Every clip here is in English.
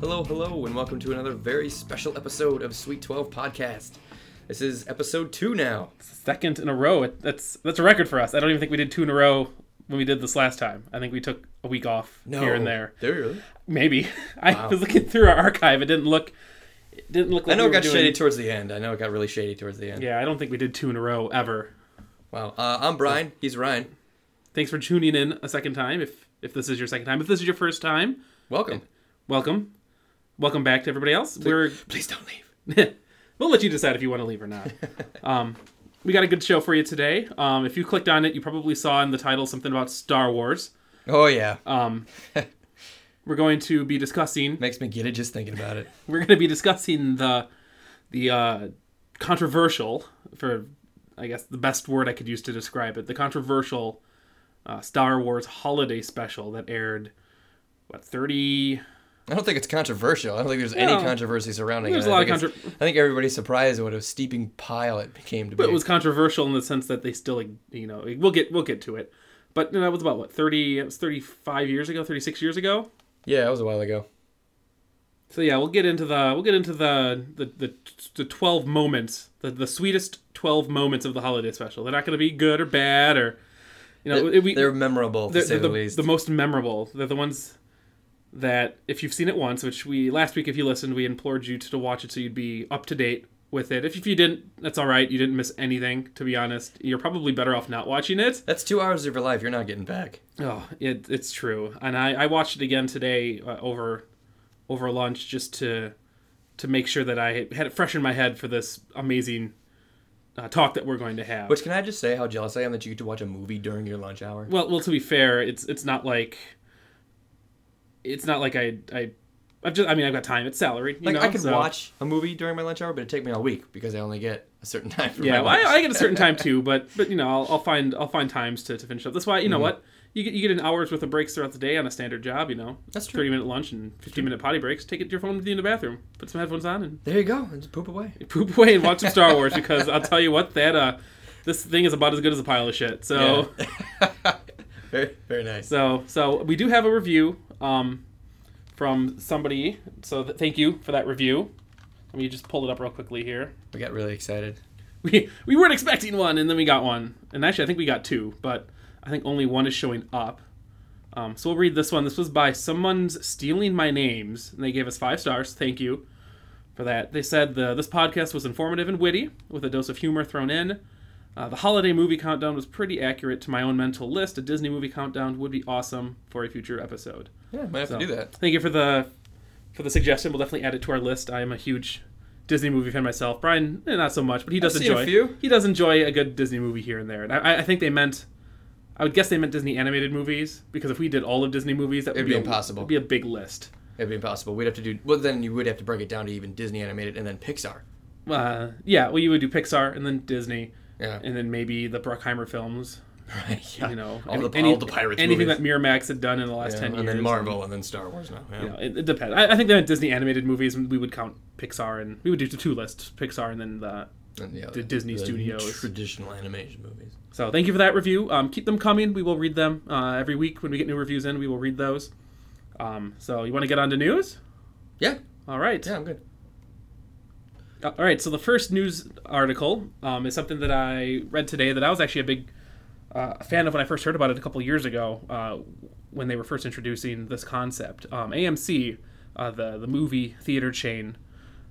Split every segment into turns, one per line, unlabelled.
Hello, hello, and welcome to another very special episode of Sweet 12 Podcast. This is episode two now.
second in a row. It, that's that's a record for us. I don't even think we did two in a row when we did this last time. I think we took a week off here and there.
There you really?
Maybe I was looking through our archive. It didn't look. It didn't look. Like
I know
we
it
were
got
doing-
shady towards the end. I know it got really shady towards the end.
Yeah, I don't think we did two in a row ever.
Wow. Uh, I'm Brian. He's Ryan.
Thanks for tuning in a second time. If if this is your second time, if this is your first time,
Welcome.
welcome, welcome back to everybody else. We're
Please don't leave.
we'll let you decide if you want to leave or not. um, we got a good show for you today. Um, if you clicked on it, you probably saw in the title something about Star Wars.
Oh, yeah.
Uh, We're going to be discussing
Makes me giddy just thinking about it.
we're going to be discussing the the uh, controversial for I guess the best word I could use to describe it the controversial uh, Star Wars holiday special that aired what 30
I don't think it's controversial. I don't think there's any
No.
controversy surrounding
There's
it.
a
I
lot of
think it's- I think everybody's surprised at what a steeping pile it became to be.
but it was controversial in the sense that they still like, you know we'll get we'll get to it but you know, that was about what 30 it was 35 years ago 36 years ago
yeah, it was a while ago.
so yeah we'll get into the we'll get into the the the, the 12 moments the, the sweetest 12 moments of the holiday special they're not going to be good or bad or you know it- we,
They're memorable, to
they're,
say
they're
the,
the,
least.
the most memorable. They're the ones that if you've seen it once, which we last week, if you listened, we implored you to, to watch it so you'd be up to date with it. If, if you didn't, that's all right. You didn't miss anything. To be honest, you're probably better off not watching it.
That's two hours of your life you're not getting back.
Oh, it, it's true. And I, I watched it again today uh, over over lunch just to to make sure that I had it fresh in my head for this amazing uh, talk that we're going to have.
Which can I just say how jealous I am that you get to watch a movie during your lunch hour?
Well, well, to be fair, it's it's not like it's not like I I I've just I mean I've got time. It's salaried. You
Like
know,
I could
so-
watch a movie during my lunch hour, but it'd take me all week because I only get a certain time for
Yeah,
my
well,
lunch.
I, I get a certain time too, but but you know I'll, I'll find I'll find times to, to finish up. That's why
Mm-hmm.
you know what you get you get an hour's worth of breaks throughout the day on a standard job. You know
That's true.
Thirty minute lunch and fifteen minute potty breaks. Take it your phone with you in the bathroom. Put some headphones on and
there you go, and just poop away.
poop away and watch some Star Wars because I'll tell you what that uh this thing is about as good as a pile of shit. So.
Yeah. Oh. very, very nice.
So, so we do have a review um, from somebody. So th- thank you for that review. Let me just pull it up real quickly here.
We got really excited.
We we weren't expecting one, and then we got one. And actually, I think we got two, but I think only one is showing up. Um, so we'll read this one. This was by someone's stealing my names, and they gave us five stars. Thank you for that. They said the this podcast was informative and witty, with a dose of humor thrown in. Uh, the holiday movie countdown was pretty accurate to my own mental list. A Disney movie countdown would be awesome for a future episode.
Yeah, might have
So,
to do that.
Thank you for the for the suggestion. We'll definitely add it to our list. I am a huge Disney movie fan myself. Brian, eh, not so much, but he does
I've seen a
enjoy.
few.
He does enjoy a good Disney movie here and there. And I, I think they meant, I would guess they meant Disney animated movies because if we did all of Disney movies, that
It'd
would
be
a-
impossible.
It'd be a big list.
It'd be impossible. We'd have to do. Well, then you would have to break it down to even Disney animated and then Pixar.
Uh, yeah, well, you would do Pixar and then Disney,
Yeah.
and then maybe the Bruckheimer films.
Right. Yeah.
You know,
Ah, all,
any-
the,
any-
all the pirates.
anything
movies.
that Miramax had done in the last
Yeah,
ten years,
and then Marvel, and then Star Wars now. Yeah.
you know, it, it depends. I, I think they meant Disney animated movies. and We would count Pixar and we would do two lists: Pixar and then the
And the,
the Disney studios.
traditional animation movies.
So thank you for that review. Um, keep them coming. We will read them uh, every week when we get new reviews in. We will read those. Um, so you want to get on to news?
Yeah.
All right.
Yeah, I'm good.
Uh, All right. So the first news article um, is something that I read today that I was actually a big uh, fan of when I first heard about it a couple years ago uh, when they were first introducing this concept. Um, AMC, uh, the the movie theater chain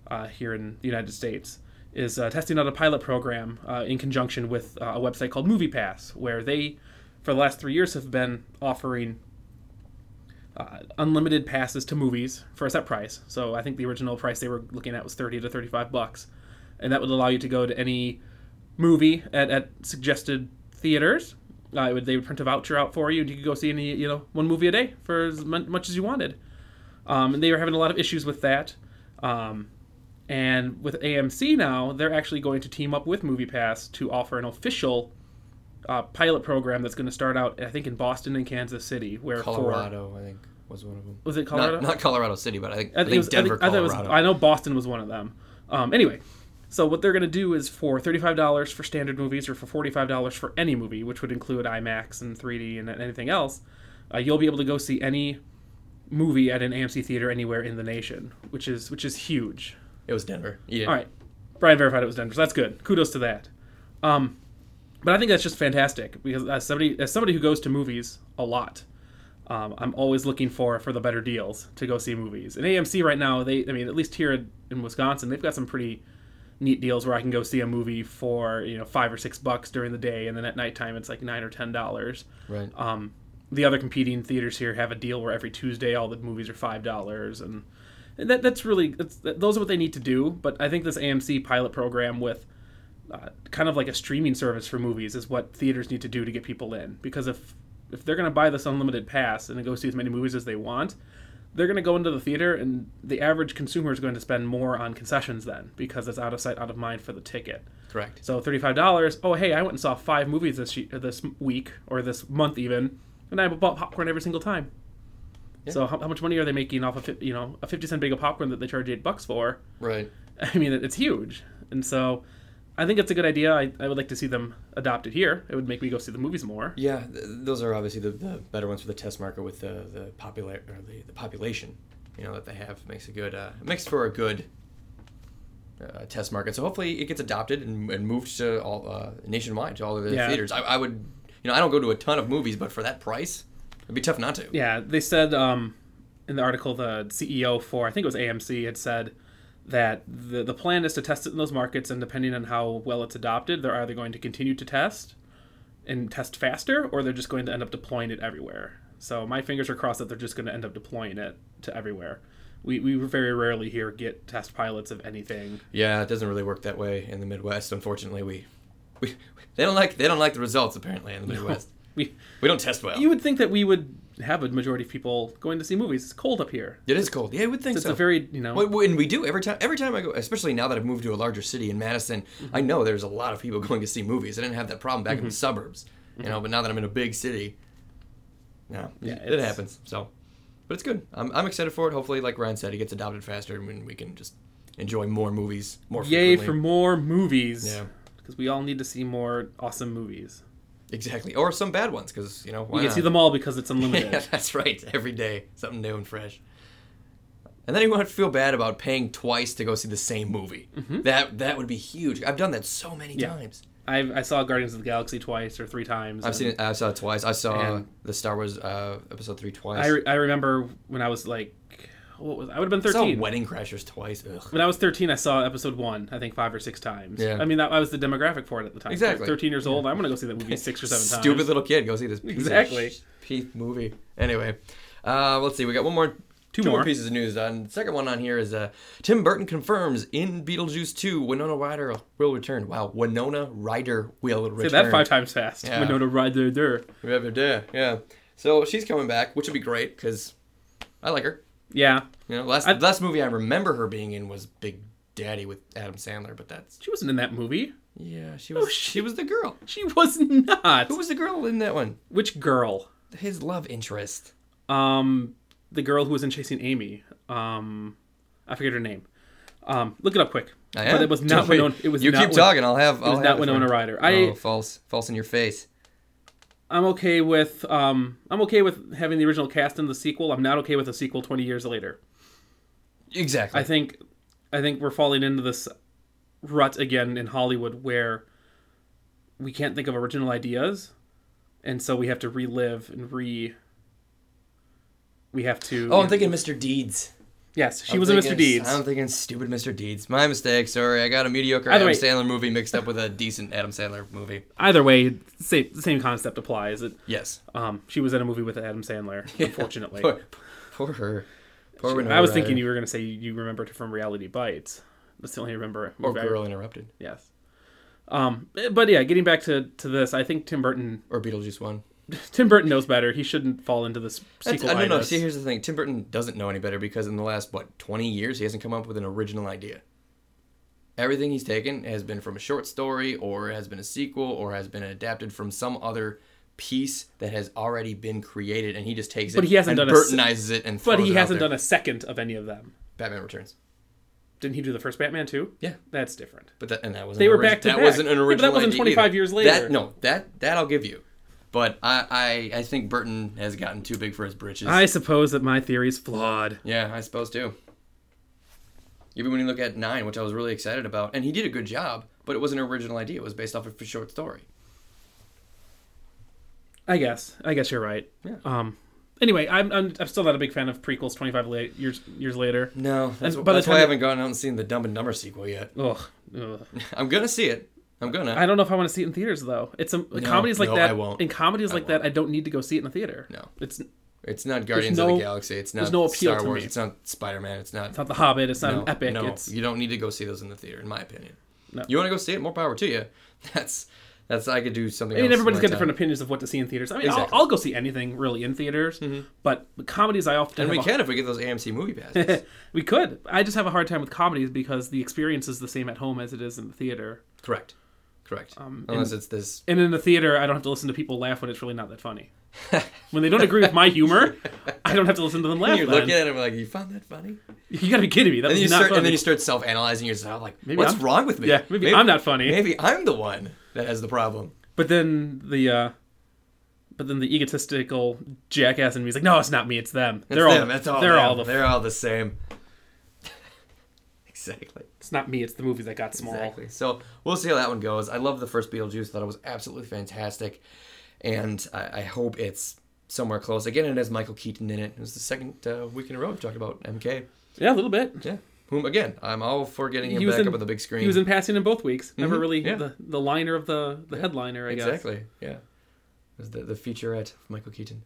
uh, here in the United States, is uh, testing out a pilot program uh, in conjunction with uh, a website called MoviePass, where they, for the last three years, have been offering uh, unlimited passes to movies for a set price. So I think the original price they were looking at was thirty to thirty-five bucks, and that would allow you to go to any movie at, at suggested theaters. Uh, it would, they would print a voucher out for you, and you could go see any you know one movie a day for as mun- much as you wanted. Um, and they were having a lot of issues with that. Um, and with AMC now, they're actually going to team up with MoviePass to offer an official uh, pilot program that's going to start out, I think, in Boston and Kansas City, where for-
Colorado, I think, was one of them.
was it Colorado?
Not, not Colorado City, but I think, I
I
think,
think it was- I
Denver,
think- I thought it was-
Colorado.
I know Boston was one of them. Um, anyway, so what they're going to do is for thirty-five dollars for standard movies, or for forty-five dollars for any movie, which would include IMAX and three D and anything else, uh, you'll be able to go see any movie at an AMC theater anywhere in the nation, which is which is huge.
It was Denver. Yeah.
All right. Brian verified it was Denver, so that's good. Kudos to that. Um, but I think that's just fantastic because as somebody as somebody who goes to movies a lot, um, I'm always looking for for the better deals to go see movies. And AMC right now, they I mean at least here in, in Wisconsin, they've got some pretty neat deals where I can go see a movie for you know five or six bucks during the day, and then at nighttime it's like nine or ten dollars.
Right.
Um, the other competing theaters here have a deal where every Tuesday all the movies are five dollars, and, and that that's really that's, that, those are what they need to do. But I think this AMC pilot program with uh, kind of like a streaming service for movies is what theaters need to do to get people in. Because if if they're going to buy this unlimited pass and go see as many movies as they want, they're going to go into the theater, and the average consumer is going to spend more on concessions then because it's out of sight, out of mind for the ticket.
Correct.
So thirty-five dollars. Oh, hey, I went and saw five movies this ye- uh, this week or this month even, and I bought popcorn every single time.
Yeah.
So how, how much money are they making off of fif- you know a fifty cent bag of popcorn that they charge eight bucks for?
Right.
I mean, it- it's huge, and so I think it's a good idea. I, I would like to see them adopt it here. It would make me go see the movies more.
Yeah, th- those are obviously the, the better ones for the test marker with the the popular or the, the population, you know, that they have makes a good uh, makes for a good uh, test market. So hopefully it gets adopted and, and moved to all uh, nationwide to all of the
Yeah.
theaters. I, I would, you know, I don't go to a ton of movies, but for that price, it'd be tough not to.
Yeah, they said um, in the article the CEO for I think it was AMC had said that the the plan is to test it in those markets, and depending on how well it's adopted, they're either going to continue to test and test faster, or they're just going to end up deploying it everywhere. So my fingers are crossed that they're just going to end up deploying it to everywhere. We, we very rarely here get test pilots of anything.
Yeah, it doesn't really work that way in the Midwest. Unfortunately, we, we they don't like they don't like the results apparently in the Midwest.
We
We don't test well.
you would think that we would have a majority of people going to see movies. It's cold up here.
it is cold. Yeah, I would think
It's
so.
a very you know
Well, well, and we do every time. Every time I go, especially now that I've moved to a larger city in Madison, I
Mm-hmm.
know there's a lot of people going to see movies. I didn't have that problem back in the suburbs, you know. But now that I'm in a big city, no,
Mm-hmm. Yeah,
it- it
it's-
happens. So, but it's good. I'm, I'm excited for it. Hopefully, like Ryan said, it gets adopted faster, and when we can just enjoy more movies more.
Yay for
frequently.
more movies.
Yeah.
Because we all need to see more awesome movies.
exactly, or some bad ones because you know why
we can
not?
see them all because it's unlimited.
yeah, that's right. Every day, something new and fresh. And then you won't feel bad about paying twice to go see the same movie. That that would be huge. I've done that so many
Yeah.
times.
I've, I saw Guardians of the Galaxy twice or three times.
I've seen it. I saw it twice. I saw
And-
the Star Wars uh, episode three twice.
I, re- I remember when I was like, what was I would have
I
been
saw
13.
Wedding Crashers twice. Ugh.
when I was 13, I saw episode one, I think five or six times.
Yeah.
I mean, that I was the demographic for it at the time.
Exactly.
13 years old, I'm going to go see that movie six or seven times.
Stupid little kid, go see this. Piece
Exactly.
Of sh- piece movie. Anyway, uh, let's see. We got one more.
Two
more.
more.
pieces of news. On the second one on here is uh, Tim Burton confirms in Beetlejuice 2, Winona Ryder will return. Wow, Winona Ryder will
Say
return.
that five times fast.
Yeah.
Winona Ryder. der.
We have her there, yeah. So she's coming back, which would be great because I like her.
Yeah.
You know, last
I-
last movie I remember her being in was Big Daddy with Adam Sandler, but that's
She wasn't in that movie.
yeah,
Oh,
she was she was the girl.
She was not.
Who was the girl in that one?
Which girl?
His love interest.
um the girl who was in chasing amy um i forget her name um look it up quick
I
but
am.
it was not
Don't worry.
Winona. It was
Oh, you
not
keep
Win-
talking. I'll have. I'll
was
have
not
it for
Winona
you.
Ryder. I-
oh, false, false in your face.
I'm okay with um I'm okay with having the original cast in the sequel. I'm not okay with a sequel 20 years later.
Exactly.
I think I think we're falling into this rut again in Hollywood where we can't think of original ideas, and so we have to relive and re. We have to.
oh, I'm thinking Mr. Deeds.
yes, she
I'm
was in Mr.
thinking-
Deeds.
I'm thinking stupid Mr. Deeds. My mistake. Sorry, I got a mediocre Adam
Either way-
Sandler movie mixed up with a decent Adam Sandler movie.
Either way, same same concept applies. It,
Yes.
Um, she was in a movie with Adam Sandler, unfortunately.
Poor, poor her. Poor Winona
I was
Ryder.
thinking you were going to say you remembered her from Reality Bites. That's the only remember.
Or
movie I-
Girl Interrupted.
Yes. Um, but yeah, getting back to, to this, I think Tim Burton
Or Beetlejuice 1.
Tim Burton knows better. He shouldn't fall into this
That's,
sequel.
I don't know. See, here's the thing. Tim Burton doesn't know any better because in the last, what, 20 years, he hasn't come up with an original idea. Everything he's taken has been from a short story or has been a sequel or has been adapted from some other piece that has already been created and he just takes
But
it
he hasn't
and
done a s-
Burtonizes it and
but he hasn't done a second of any of them.
Batman Returns.
Didn't he do the first Batman too?
Yeah.
That's different.
But that and that was
They were back to
that
back.
wasn't an
Yeah, but that
original
wasn't
idea
25
either.
years later.
That no, that that I'll give you. But I, I, I think Burton has gotten too big for his britches.
I suppose that my theory is flawed.
yeah, I suppose too. Even when you look at Nine, which I was really excited about, and he did a good job, but it wasn't an original idea. It was based off of a short story.
I guess. I guess you're right.
Yeah.
Um. Anyway, I'm, I'm I'm still not a big fan of prequels. Twenty five years years later.
No, that's,
And by the
that's why I
time-
haven't gone out and seen the Dumb and Dumber sequel yet.
Ugh. Ugh.
I'm gonna see it. I'm gonna.
I don't know if I want to see it in theaters though. It's a comedies like
no,
that.
I won't.
In comedies
I
like that, I don't need to go see it in a theater.
No.
It's, it's
It's not Guardians of
no-
the Galaxy. It's not
there's no appeal
Star
to
Wars.
me.
It's not Spider Man. It's not.
not The Hobbit. It's not
no,
an epic.
No,
It's
you don't need to go see those in the theater, in my opinion.
No.
You want to go see it? More power to you. That's that's I could do something.
I mean,
else
everybody's
in
got
my
different
time.
opinions of what to see in theaters. I mean,
Exactly. Mm-hmm.
I'll, I'll go see anything really in theaters, but comedies I often
And we
have a-
can if we get those AMC movie passes.
we could. I just have a hard time with comedies because the experience is the same at home as it is in the theater.
Correct. Correct.
Um,
Unless it's this.
And in the theater, I don't have to listen to people laugh when it's really not that funny. when they don't agree with my humor, I don't have to listen to them laugh.
You
then.
look at it and like, you found that funny?
you gotta be kidding me. That
And,
was
you
not
start,
funny.
and then you start self analyzing yourself like, what's
I'm-
wrong with me?
yeah, maybe, I'm not funny.
Maybe I'm the one that has the problem.
But then the uh but then the egotistical jackass in me is like, no, it's not me, it's them.
It's
they're all
them. That's all
they're
them.
all the
they're all the same. exactly.
it's not me, it's the movies that got small.
Exactly. So we'll see how that one goes. I love the first Beetlejuice. Thought it was absolutely fantastic, and I, I hope it's somewhere close. Again, it has Michael Keaton in it. It was the second uh, week in a row we talked about MK.
Yeah, a little bit.
Yeah. Whom again? I'm all for getting him
He was
back
in-
up on the big screen.
He was in passing in both weeks. Never
Mhm,
really
yeah.
the, the liner of the the headliner, I guess.
exactly. Yeah. It was the the featurette of Michael Keaton.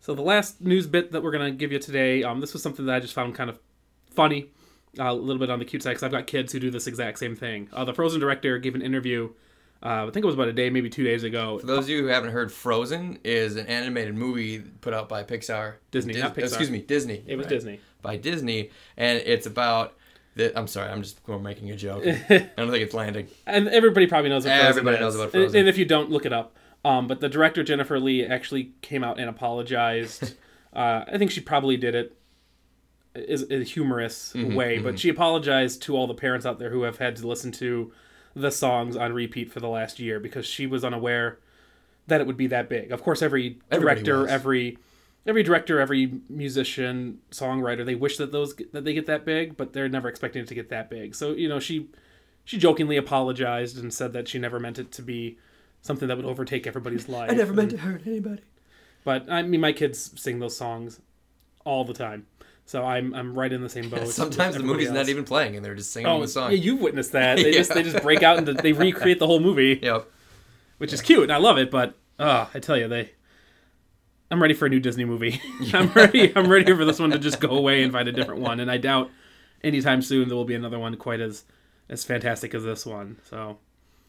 So the last news bit that we're gonna give you today, um, this was something that I just found kind of funny, uh, a little bit on the cute side because I've got kids who do this exact same thing. Uh, the Frozen director gave an interview, uh, I think it was about a day, maybe two days ago.
For those of you who haven't heard, Frozen is an animated movie put out by Pixar.
Disney, not Pixar.
Excuse me, Disney.
It was
Right.
Disney.
by Disney, and it's about. The, I'm sorry, I'm just we're making a joke. I don't think it's landing.
and everybody probably knows. What Frozen
Everybody
is.
knows about
And-
Frozen.
and if you don't, look it up. Um, but the director Jennifer Lee actually came out and apologized. uh, I think she probably did it is in a humorous
Mm-hmm,
way, but she apologized to all the parents out there who have had to listen to the songs on repeat for the last year because she was unaware that it would be that big. Of course, every
Everybody
director,
was.
every every director, every musician, songwriter, they wish that those that they get that big, but they're never expecting it to get that big. So you know, she she jokingly apologized and said that she never meant it to be something that would overtake everybody's life.
I never meant to hurt anybody.
But I mean, my kids sing those songs all the time, so I'm I'm right in the same boat. with
Sometimes the
everybody
movie's not
else.
even playing, and they're just singing
Oh,
the song.
yeah, you've witnessed that. They
Yeah.
just they just break out and they recreate the whole movie,
yep.
which is cute. and I love it, but uh, I tell you, they. I'm ready for a new Disney movie. I'm ready. I'm ready for this one to just go away and find a different one. And I doubt anytime soon there will be another one quite as as fantastic as this one. So,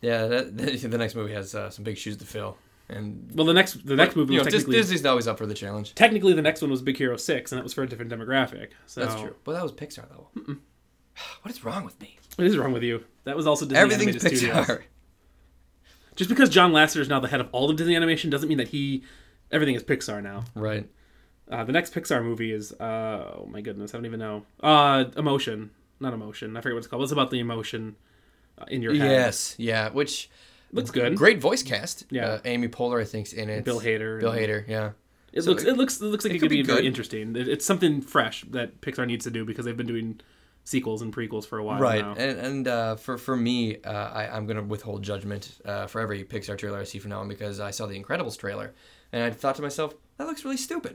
Yeah, that, the next movie has uh, some big shoes to fill, and
well, the next the next movie
you know,
was
Dis-
technically
Disney's always up for the challenge.
technically the next one was Big Hero Six, and that was for a different demographic. So
That's true. Well, that was Pixar though. What is wrong with me?
What is wrong with you? That was also Disney
Everything's
Animated Studios.
Pixar.
Just because John Lasseter is now the head of all of Disney Animation doesn't mean that he everything is Pixar now.
Right.
Uh, the next Pixar movie is uh, oh my goodness, I don't even know. Uh, emotion, not emotion. I forget what it's called. It's about the emotion uh, in your head.
Yes. Yeah. Which
looks good.
great voice cast.
Yeah.
Uh, Amy Poehler, I think's in it.
Bill Hader.
Bill Hader. Yeah.
It
So
looks. It, looks. It looks like it,
could
could
be
be,
good.
very interesting. It- it's something fresh that Pixar needs to do because they've been doing sequels and prequels for a while
right
now.
and, and uh, for for me uh, I, i'm going to withhold judgment uh, for every pixar trailer i see from now on because i saw the incredibles trailer and i thought to myself that looks really stupid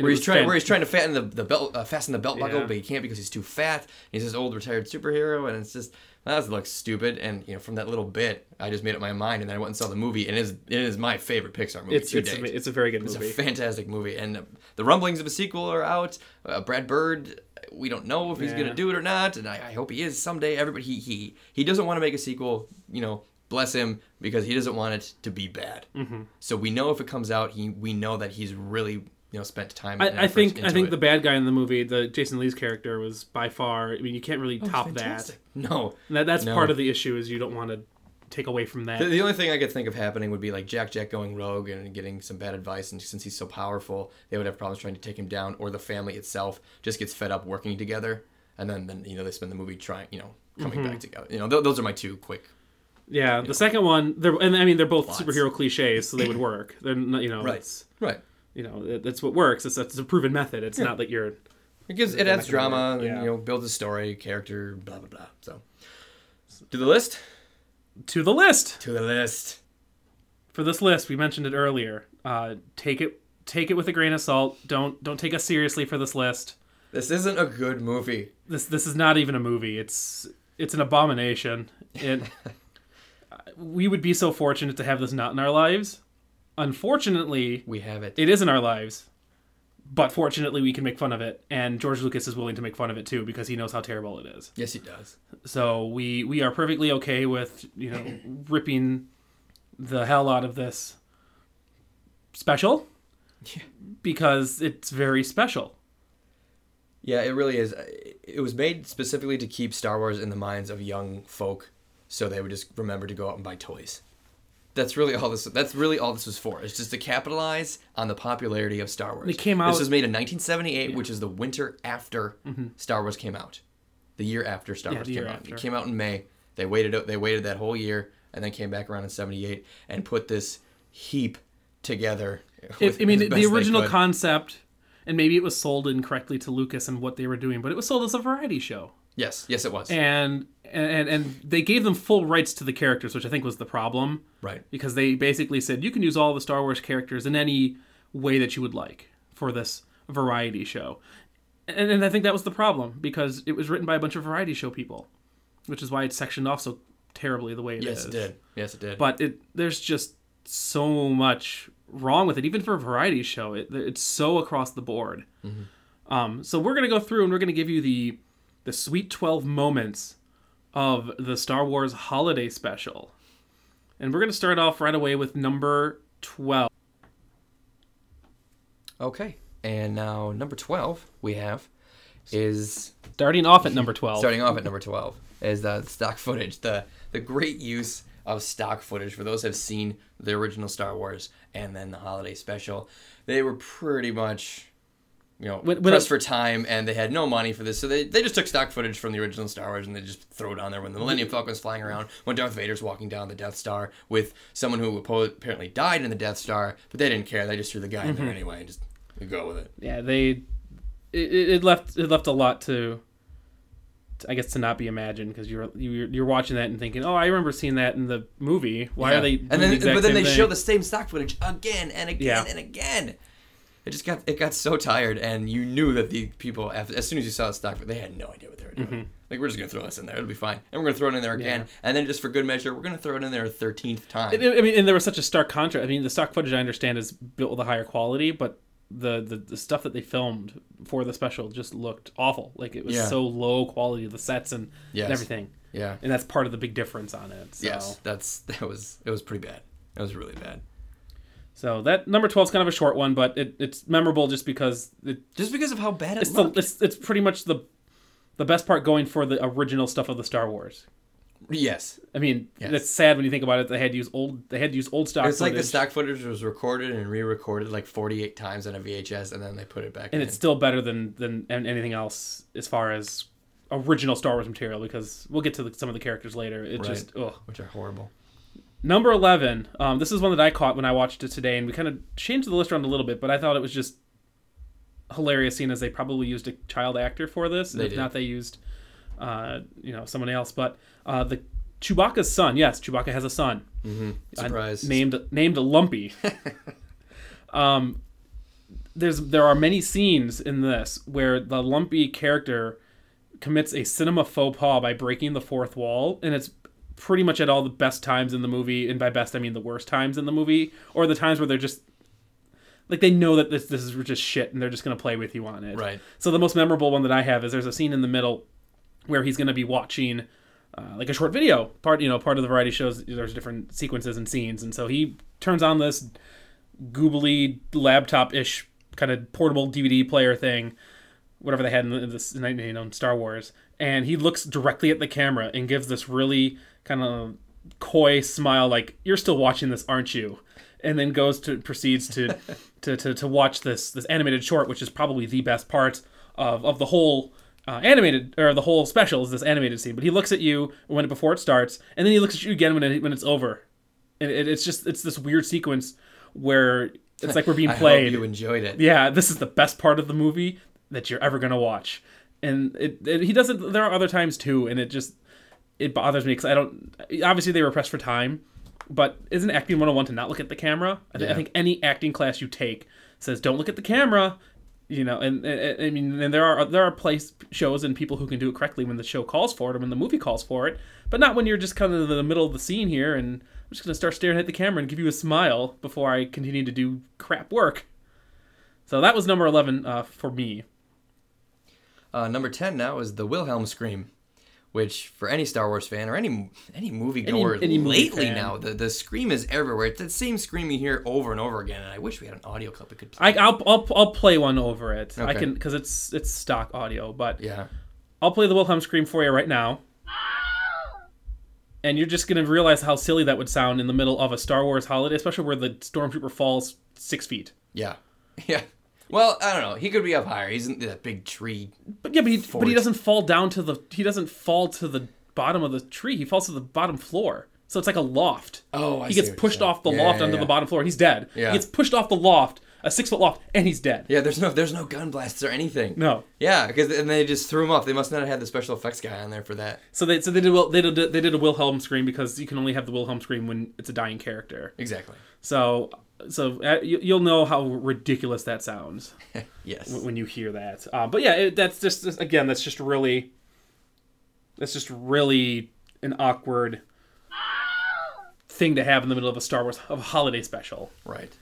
And
where
it
he's
was
trying
fan-
where he's trying to fatten the, the belt uh, fasten the belt buckle
Yeah.
but he can't because he's too fat and he's this old retired superhero and it's just that looks stupid and you know from that little bit i just made up my mind and then i went and saw the movie and it is, it is my favorite pixar movie
It's
to
it's
date.
a, it's a very good
It's a
movie.
fantastic movie, and uh, the rumblings of a sequel are out. Uh, Brad Bird, we don't know if he's
Yeah.
gonna do it or not, and I, I hope he is someday. Everybody, he he he doesn't want to make a sequel. You know, bless him because he doesn't want it to be bad. Mm-hmm. So we know if it comes out, he we know that he's really you know spent time. and
I, I
efforts
think I
into
think
it.
the bad guy in the movie, the Jason Lee's character, was by far. I mean, you can't really
It's
top that.
Oh, fantastic. No,
And that that's
No.
part of the issue is you don't want to take away from
The,
that.
the only thing I could think of happening would be like Jack Jack going rogue and getting some bad advice, and since he's so powerful, they would have problems trying to take him down, or the family itself just gets fed up working Mm-hmm. together, and then, then you know they spend the movie trying, you know, coming back together. You know, th- those are my two quick
Yeah, the second one, they're and I mean they're both superhero cliches, so they would work. They're not, you know,
Right.
it's
Right.
you know it- that's what works. It's that's a proven method. It's not that you're
It gives it
They're
adds
not gonna
drama
work,
and
yeah.
you know builds a story, character, blah blah blah. So, to the list.
to the list
To the list.
for this list. We mentioned it earlier. Uh, take it take it with a grain of salt. Don't don't take us seriously for this list.
This isn't a good movie.
This this is not even a movie. It's it's an abomination. And we would be so fortunate to have this not in our lives. Unfortunately,
We have it.
it is in our lives. But fortunately, we can make fun of it, and George Lucas is willing to make fun of it too because he knows how terrible it is.
Yes, it does.
So we we are perfectly okay with you know ripping the hell out of this special because it's very special.
Yeah, it really is. It was made specifically to keep Star Wars in the minds of young folk, so they would just remember to go out and buy toys. That's really all this. That's really all this was for. It's just to capitalize on the popularity of Star Wars.
It came out- Mm-hmm.
This was made in 1978, which is the winter after Star Wars came out. The year after Star
Yeah,
Wars
the
came
year
out.
after.
It came out in May. They waited. They waited that whole year, and then came back around in '78 and put this heap together.
It,
with-
I mean,
as
the,
best they
original
could.
concept, and maybe it was sold incorrectly to Lucas and what they were doing, but it was sold as a variety show.
yes, yes, it was.
and and and they gave them full rights to the characters, which I think was the problem.
Right.
Because they basically said you can use all the Star Wars characters in any way that you would like for this variety show, and, and I think that was the problem because it was written by a bunch of variety show people, which is why it's sectioned off so terribly the way it is.
Yes, it did. Yes, it did.
But it there's just so much wrong with it, even for a variety show. It, it's so across the board.
Mm-hmm.
Um, so we're gonna go through and we're gonna give you the the sweet twelve moments of the Star Wars Holiday Special, and we're gonna start off right away with number twelve.
Okay. And now number 12 we have is
Starting off at number twelve.
starting off at number 12 is the stock footage, the the great use of stock footage for those who have seen the original Star Wars and then the holiday special. They were pretty much you know,
When- when
pressed
it-
for time, and they had no money for this, so they, they just took stock footage from the original Star Wars and they just threw it on there when the Millennium Falcon's flying around, when Darth Vader's walking down the Death Star with someone who appo- apparently died in the Death Star, but they didn't care. They just threw the guy in
Mm-hmm.
there anyway and just go with it.
yeah, they it, it it left it left a lot to, to I guess to not be imagined because you're you're you're watching that and thinking, oh, I remember seeing that in the movie. Why
Yeah.
are they?
And
doing
then,
the exact
but then
same
they
thing?
show the same stock footage again and again
Yeah.
and again. It just got it got so tired, and you knew that the people after, as soon as you saw the stock footage, they had no idea what they were doing.
Mm-hmm.
Like we're just gonna throw this in there, it'll be fine, and we're gonna throw it in there again, and then just for good measure, we're gonna throw it in there a thirteenth time.
I I mean, and there was such a stark contrast. I mean, the stock footage I understand is built with a higher quality, but the, the, the stuff that they filmed for the special just looked awful. Like it was
Yeah.
so low quality of the sets and, and
Yes.
everything.
yeah.
And that's part of the big difference on it. So.
Yes. That's that was it was pretty bad. That was really bad.
So that number twelve is kind of a short one, but it, it's memorable just because it,
Just because of how bad it
it's the
looked.
it's, it's pretty much the the best part going for the original stuff of the Star Wars.
yes.
I mean,
Yes.
that's sad when you think about it. They had to use old they had to use old stock.
It's like the
footage.
stock footage was recorded and re-recorded like 48 times on a VHS, and then they put it back
and
in.
it's still better than than an- anything else as far as original Star Wars material because we'll get to the, some of the characters later. It
Right.
just ugh.
which are horrible.
number eleven. Um, this is one that I caught when I watched it today, and we kind of changed the list around a little bit, but I thought it was just hilarious, seeing as they probably used a child actor for this. and
They
if
did.
not, they used uh, you know someone else. But uh, the Chewbacca's son, yes, Chewbacca has a son
Mm-hmm.
uh,
Surprise.
named named Lumpy. um, there's there are many scenes in this where the Lumpy character commits a cinema faux pas by breaking the fourth wall, and it's pretty much at all the best times in the movie, and by best I mean the worst times in the movie, or the times where they're just like they know that this this is just shit, and they're just gonna play with you on it.
Right.
So the most memorable one that I have is there's a scene in the middle where he's going to be watching uh, like a short video part you know part of the variety shows there's different sequences and scenes and so he turns on this googly laptop-ish kind of portable dvd player thing whatever they had in the- in this you know, in star wars and he looks directly at the camera and gives this really kind of coy smile like you're still watching this aren't you and then goes to proceeds to to, to to watch this this animated short which is probably the best part of of the whole uh, animated or the whole special is this animated scene, but he looks at you when before it starts, and then he looks at you again when it, when it's over. And it, it's just it's this weird sequence where it's like we're being
I hope
played.
you enjoyed it.
yeah, this is the best part of the movie that you're ever gonna watch. And it, it he does it. There are other times too, and it just it bothers me because I don't. Obviously, they were pressed for time, but isn't acting 101 to not look at the camera? I, th- I
Yeah.
think any acting class you take says don't look at the camera. You know, and, and I mean, and there are there are place shows and people who can do it correctly when the show calls for it or when the movie calls for it, but not when you're just kind of in the middle of the scene here and I'm just gonna start staring at the camera and give you a smile before I continue to do crap work. So that was number 11 uh, for me.
Uh, number ten now is the Wilhelm scream, which for any Star Wars fan or any any moviegoer
any movie
lately
fan.
now, the, the scream is everywhere. It's that same scream you hear over and over again. And I wish we had an audio clip we could play.
I, I'll, I'll I'll play one over it. I
Okay.
can because it's it's stock audio, but
yeah,
I'll play the Wilhelm scream for you right now. And you're just gonna realize how silly that would sound in the middle of a Star Wars holiday, especially where the stormtrooper falls six feet.
yeah, yeah. Well, I don't know. He could be up higher. He's in that big tree.
But yeah, but he but he
Forward.
doesn't fall down to the he doesn't fall to the bottom of the tree. He falls to the bottom floor. So it's like a loft.
Oh, I
he
see what
gets
you're
pushed
saying.
off the
Yeah,
loft
yeah,
onto the
yeah.
bottom floor, and he's dead.
Yeah.
He gets pushed off the loft, a six foot loft, and he's dead.
Yeah, there's no there's no gun blasts or anything.
No.
Yeah, because and they just threw him off. They must not have had the special effects guy on there for that.
So they so they did a- they did a- they did a Wilhelm scream because you can only have the Wilhelm scream when it's a dying character.
Exactly.
So so uh, you, you'll know how ridiculous that sounds
Yes.
when you hear that. Um, but yeah, it, that's just just- again that's just really that's just really an awkward thing to have in the middle of a Star Wars of a holiday special.
Right.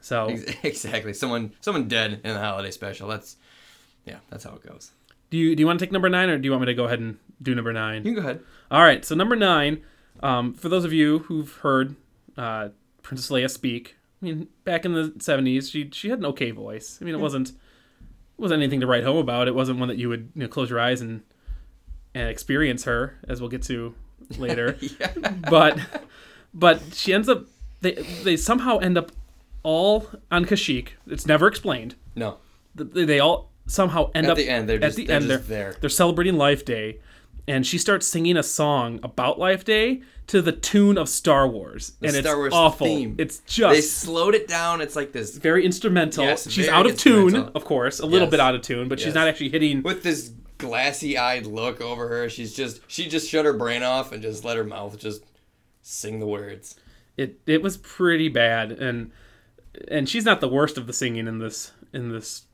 So
Ex- Exactly. Someone someone dead in the holiday special. That's yeah. That's how it goes.
do you do you want to take number nine or do you want me to go ahead and do number nine?
You can go ahead.
All right, so number nine, um, for those of you who've heard uh, Princess Leia speak, I mean, back in the seventies, she she had an okay voice. I mean, it wasn't it wasn't anything to write home about. It wasn't one that you would you know close your eyes and and experience her, as we'll get to later.
Yeah.
but but she ends up they they somehow end up all on Kashyyyk. It's never explained.
No.
They, they all somehow end
At
up
the end, they're
at
just,
the
they're
end,
just
they're-
there.
they're celebrating Life Day, and she starts singing a song about Life Day to the tune of Star Wars, and
Star
it's
Wars
awful.
theme.
It's
They
just
slowed it down. It's like this
very instrumental.
Yes,
she's
very
out of tune,
instrumental.
of course, a little
Yes.
bit out of tune, but she's
Yes.
not actually hitting.
with this glassy-eyed look over her. She's just she just shut her brain off and just let her mouth just sing the words.
It it was pretty bad, and and she's not the worst of the singing in this in this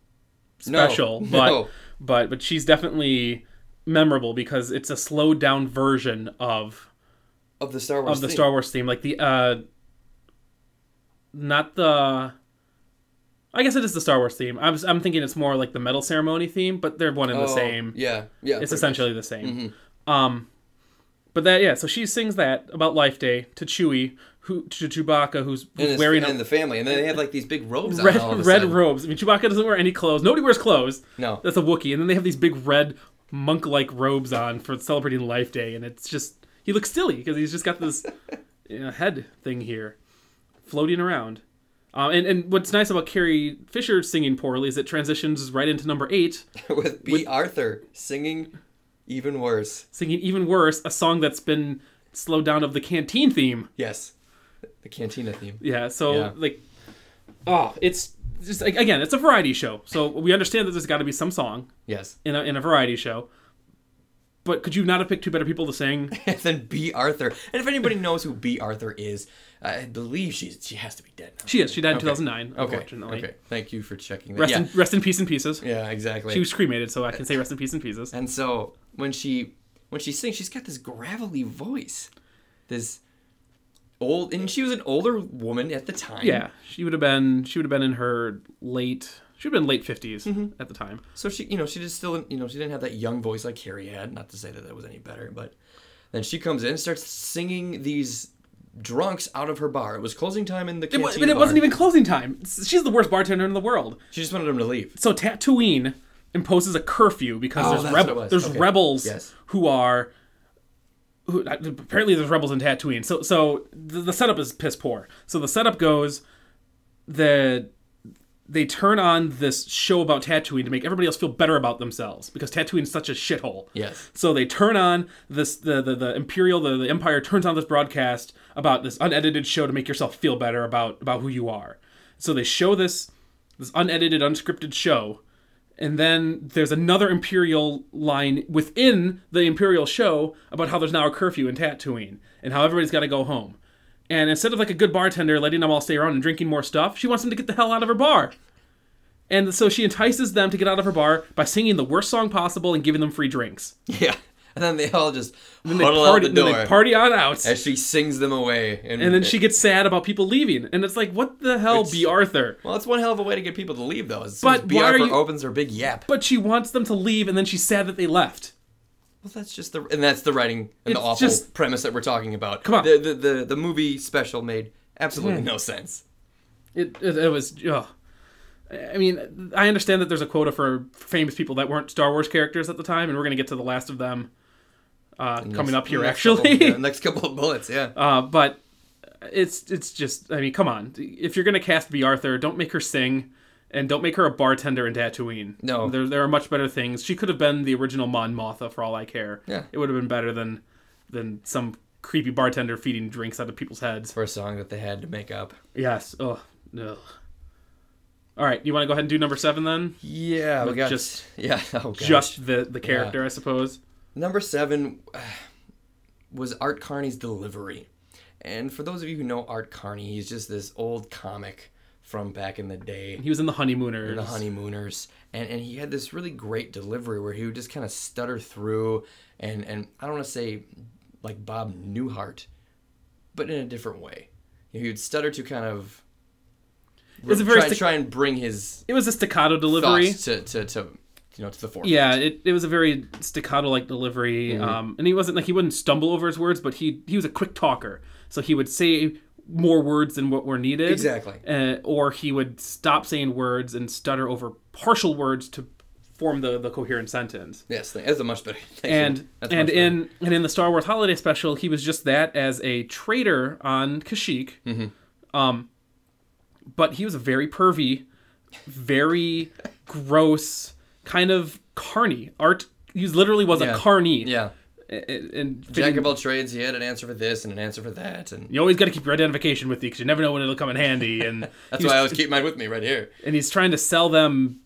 No,
special, but
no.
but but she's definitely memorable because it's a slowed down version of
Of the Star Wars.
of the
theme.
Star Wars theme, like the uh, not the. I guess it is the Star Wars theme. I was, I'm thinking it's more like the medal ceremony theme, but they're one and the
Oh,
same.
Yeah. Yeah.
It's
pretty Mm-hmm.
essentially the same. Um, but that yeah, so she sings that about Life Day to Chewie, who to Chewbacca, who's,
much. And,
who's
it's-
wearing
and
a
the family, and then they have like these big robes on. All of a
red red
sudden.
robes. I mean, Chewbacca doesn't wear any clothes. Nobody wears clothes.
No.
that's a Wookiee. And then they have these big red monk like robes on for celebrating Life Day, and it's just he looks silly because he's just got this you know, head thing here floating around. Um, and, and what's nice about Carrie Fisher singing poorly is it transitions right into number eight,
with B. Arthur singing even worse.
singing even worse, a song that's been slowed down of the canteen theme.
Yes. The Cantina theme.
Yeah, so
Yeah.
like, oh, it's just like, again, it's a variety show, so we understand that there's got to be some song
Yes.
in a, in a variety show. But could you not have picked two better people to sing?
And then B. Arthur. And if anybody knows who B. Arthur is, I believe she's she has to be dead now.
She is. She died in 2009,
Okay.
unfortunately.
Okay. Thank you for checking that.
Rest,
Yeah.
in, rest in peace in pieces.
Yeah, exactly.
She was cremated, so I can say rest in peace in pieces.
and so when she when she sings, she's got this gravelly voice. This old and she was an older woman at the time.
Yeah, she would have been. She would have been in her late. She would have been late 50s at the time.
So she, you know, she just still, you know, she didn't have that young voice like Carrie had. Not to say that that was any better, but then she comes in and starts singing these drunks out of her bar. It was closing time in the
It
canteen
wa- but it
bar.
wasn't even closing time. S- She's the worst bartender in the world.
She just wanted them to leave.
So Tatooine imposes a curfew because
Oh,
there's
that's what it
rebel,
was.
there's
Okay.
rebels
Yes.
who are who uh, apparently there's rebels in Tatooine. So so the, the setup is piss poor. So the setup goes the they turn on this show about Tatooine to make everybody else feel better about themselves because Tatooine is such a shithole.
Yes.
So they turn on this the the, the Imperial the, the Empire turns on this broadcast about this unedited show to make yourself feel better about about who you are. So they show this this unedited unscripted show and then there's another Imperial line within the Imperial show about how there's now a curfew in Tatooine and how everybody's got to go home. And instead of like a good bartender letting them all stay around and drinking more stuff, she wants them to get the hell out of her bar. And so she entices them to get out of her bar by singing the worst song possible and giving them free drinks.
Yeah. And then they all just
And they,
huddle
party,
out
and
the
then
door
they party on out.
as she sings them away. And,
And then she gets sad about people leaving. And it's like, what the hell,
It's-
B. Arthur?
Well, that's one hell of a way to get people to leave, though. As soon
But
as B.
why are
Arthur
you-
opens her big yap.
But she wants them to leave and then she's sad that they left.
Well, that's just the and that's the writing and the
It's
awful
just-
premise that we're talking about.
Come on.
the the the, the movie special made absolutely no sense.
It, it, it was. Ugh. I mean, I understand that there's a quota for famous people that weren't Star Wars characters at the time, and we're going to get to the last of them uh, coming up here,
Next couple,
actually.
yeah, next couple of bullets, yeah.
uh, but it's it's just. I mean, come on. If you're going to cast B. Arthur, don't make her sing, and don't make her a bartender in Tatooine.
No.
there there are much better things. She could have been the original Mon Mothma for all I care.
Yeah.
it would have been better than than some creepy bartender feeding drinks out of people's heads.
For a song that they had to make up.
Yes. Oh no. All right, you want to go ahead and do number seven then?
Yeah, we
But
got
just-
yeah. Oh, gosh.
Just the the character, I suppose.
Number seven uh, was Art Carney's delivery. And for those of you who know Art Carney, he's just this old comic from back in the day.
He was in the honeymooners.
the honeymooners and and he had this really great delivery where he would just kind of stutter through and and i don't want to say like bob newhart but in a different way You know, he would stutter to kind of
It's a very
try,
stick-
try and bring his
It was a staccato delivery.
thoughts to, to to you know to the forefront
Yeah, it, it was a very staccato like delivery. Um, and he wasn't like he wouldn't stumble over his words, but he he was a quick talker. So he would say more words than what were needed.
Exactly.
Uh, or he would stop saying words and stutter over partial words to form the the coherent sentence.
yes thank- that's a much better thank you.
and
That's
and
much better.
in and in the Star Wars Holiday Special, he was just that as a traitor on Kashyyyk.
Mm-hmm.
Um, but he was a very pervy, very gross kind of carny art. He literally was
Yeah.
a carny.
yeah
A- a- And
jack
fitting-
of all trades he had an answer for this and an answer for that and
you always got to keep your identification with you because you never know when it'll come in handy. And
that's
he was-
why i always keep mine with me right here
and he's trying to sell them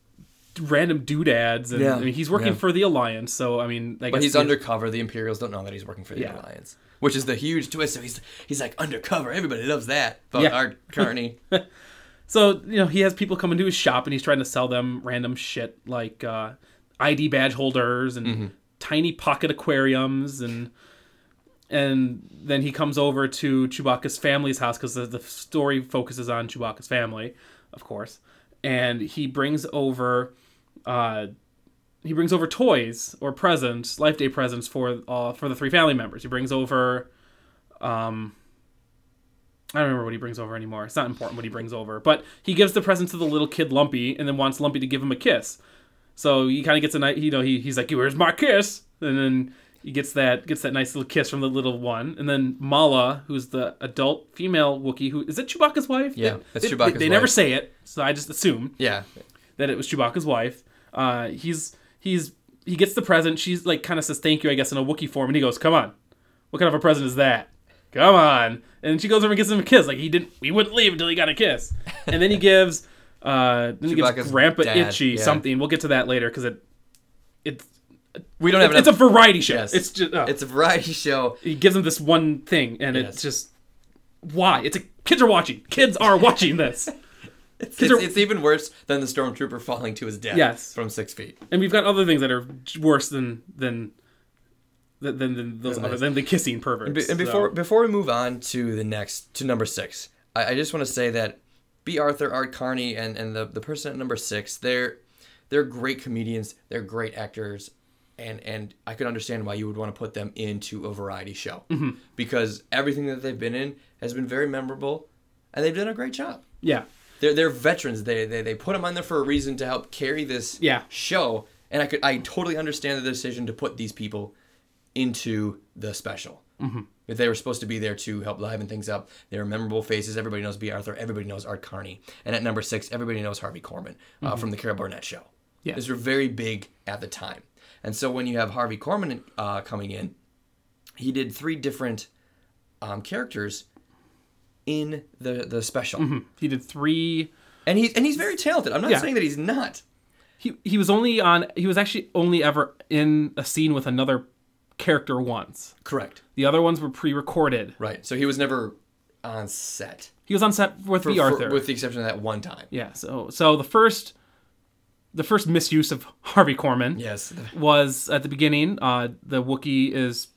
random doodads. And
Yeah.
I mean, he's working
Yeah.
for the Alliance, so I mean, I
But
guess
he's
he-
undercover. The Imperials don't know that he's working for the
Yeah.
Alliance, which is the huge twist. So he's he's like undercover. Everybody loves that. But
Yeah.
Art Carney,
So you know he has people come into his shop and he's trying to sell them random shit like uh, ID badge holders and tiny pocket aquariums and and then he comes over to Chewbacca's family's house because the, the story focuses on Chewbacca's family, of course, and he brings over uh, he brings over toys or presents, life day presents for uh, for the three family members. He brings over um, I don't remember what he brings over anymore. It's not important what he brings over, but he gives the present to the little kid Lumpy, and then wants Lumpy to give him a kiss. So he kind of gets a nice, you know, he, he's like, "Where's my kiss?" And then he gets that gets that nice little kiss from the little one, and then Mala, who's the adult female Wookiee, who is it Chewbacca's wife?
Yeah,
They-
it's
they-
Chewbacca's
They, never
wife.
say it, so I just assume
yeah,
that it was Chewbacca's wife. Uh, he's he's he gets the present. She's like kind of says thank you, I guess, in a Wookiee form, and he goes, "Come on, what kind of a present is that? Come on!" And she goes over and gives him a kiss. Like he didn't, he wouldn't leave until he got a kiss. And then he gives uh, then he gives
Chewbacca's
Grandpa
dad,
Itchy
yeah.
something. We'll get to that later because it it's
we don't have
it's a
enough.
variety show.
Yes.
It's just uh,
It's a variety show.
he gives him this one thing, and
Yes.
it's just why it's a kids are watching. Kids are watching this.
It's,
Kids are-
it's, it's even worse than the stormtrooper falling to his death
Yes.
from six feet.
and we've got other things that are worse than than than, than, than those other than the kissing perverts.
Be- and
so.
before before we move on to the next to number six, I, I just want to say that B. Arthur, Art Carney, and and the the person at number six, they're they're great comedians, they're great actors, and and I could understand why you would want to put them into a variety show because everything that they've been in has been very memorable, and they've done a great job.
yeah,
They're they're veterans. They they they put them on there for a reason to help carry this
Yeah.
show, and I
Mm-hmm.
could I totally understand the decision to put these people into the special. If they were supposed to be there to help liven things up, they were memorable faces. Everybody knows B. Arthur. Everybody knows Art Carney. And at number six, everybody knows Harvey Korman uh, from the Carol Burnett Show.
Mm-hmm. Yeah.
These were very big at the time. And so when you have Harvey Korman uh, coming in, he did three different um, characters in the the special,
He did three.
and he's and he's very talented. I'm not
Yeah.
saying that he's not.
He he was only on. He was actually only ever in a scene with another character once.
Correct.
The other ones were pre-recorded.
Right. So he was never on set.
He was on set with
For-
the
for-
Arthur.
with the exception of that one time.
yeah. So so the first, the first misuse of Harvey Korman.
Yes.
was at the beginning. Uh, the Wookiee is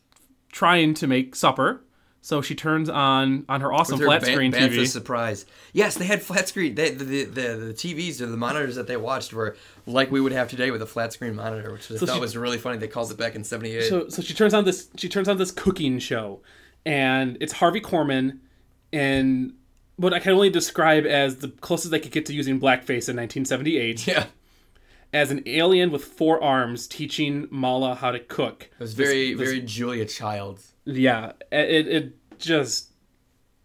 trying to make supper, so she turns on on her awesome
Their
flat
Ban-
screen
Bantha
TV.
surprise. Yes, they had flat screen. They, the, the, the, the TVs or the monitors that they watched were like we would have today with a flat screen monitor, which I thought
she-
was really funny. They called it back in 78.
So so she turns on this she turns on this cooking show, and it's Harvey Korman, and what I can only describe as the closest I could get to using blackface in 1978
yeah.
as an alien with four arms teaching Mala how to cook.
It was very, very Julia Child.
Yeah, it it just.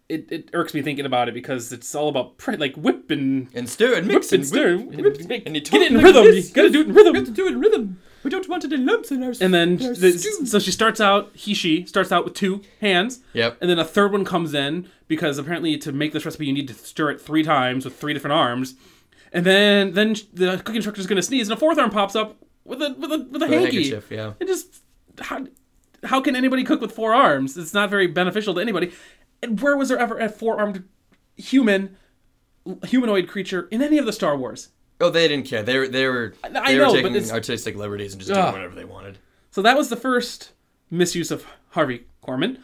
It, it irks me thinking about it because it's all about pre- like whip and
And stir and mix and,
and stir
whip-
and
whip-
make-
and you
get it in
like
rhythm.
this.
You gotta do it in rhythm.
We have to do it in rhythm. We don't want it in lumps in our
And then
There's
the,
stew.
so she starts out he she starts out with two hands.
Yep.
And then a third one comes in because apparently to make this recipe you need to stir it three times with three different arms. And then then sh- the cooking instructor is going to sneeze and a fourth arm pops up with a with a with a, hanky.
handkerchief, yeah.
And just how how can anybody cook with four arms? It's not very beneficial to anybody. And where was there ever a four-armed human humanoid creature in any of the Star Wars?
oh, they didn't care. They were, they were, they
I
were
know, but
taking
it's-
artistic liberties and just doing
Ugh.
whatever they wanted.
So that was the first misuse of Harvey Korman.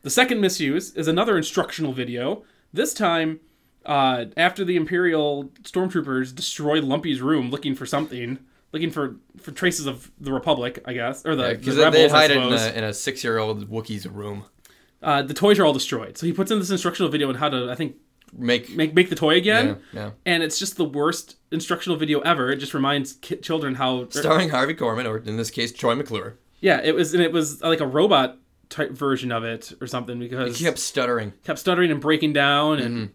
The second misuse is another instructional video. This time, uh, after the Imperial stormtroopers destroy Lumpy's room looking for something, looking for, for traces of the Republic, I guess, or the, the
Because
rebels,
they
I
hide it in uh,
suppose.
a, in a six-year-old Wookiee's room.
Uh, the toys are all destroyed. So he puts in this instructional video on how to, I think,
Make,
make make the toy again.
Yeah, yeah.
And it's just the worst instructional video ever. It just reminds ki- children how er,
starring Harvey Korman, or in this case, Troy McClure.
Yeah, it was, and it was uh, like a robot type version of it or something because
He kept Mm-hmm. stuttering.
kept stuttering and breaking down, and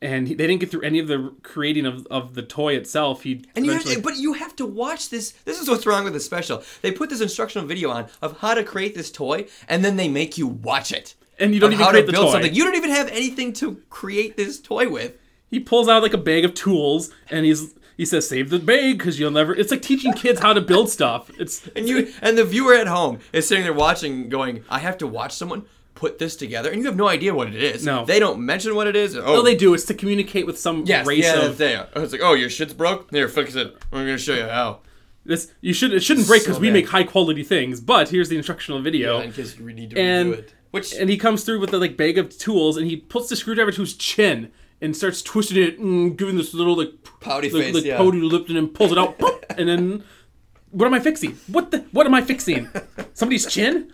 and he, they didn't get through any of the creating of, of the toy itself. He
And you have
eventually-
to, but you have to watch this. This is what's wrong with the special. They put this instructional video on of how to create this toy, and then they make you watch it.
And you don't
Of
even
how
create
to
the
build
toy.
something. You don't even have anything to create this toy with.
he pulls out like a bag of tools, and he's he says, "Save the bag because you'll never." It's like teaching kids how to build stuff. It's
And you and the viewer at home is sitting there watching, going, "I have to watch someone put this together," and you have no idea what it is.
No.
they don't mention what it is. Oh,
all they do is to communicate with some
yes,
race
yeah,
of
there. It's like, oh, your shit's broke. Here, fix it. I'm gonna show you how.
this. You should it shouldn't break because
So
we
bad.
make high quality things. But here's the instructional video.
In case you need to
Oh. and
redo it. Which
and he comes through with the like bag of tools and he puts the screwdriver to his chin and starts twisting it and giving this little like
Pouty
like,
face,
like
yeah.
pouty lip and then pulls it out pop, and then what am I fixing? What the what am I fixing? Somebody's chin?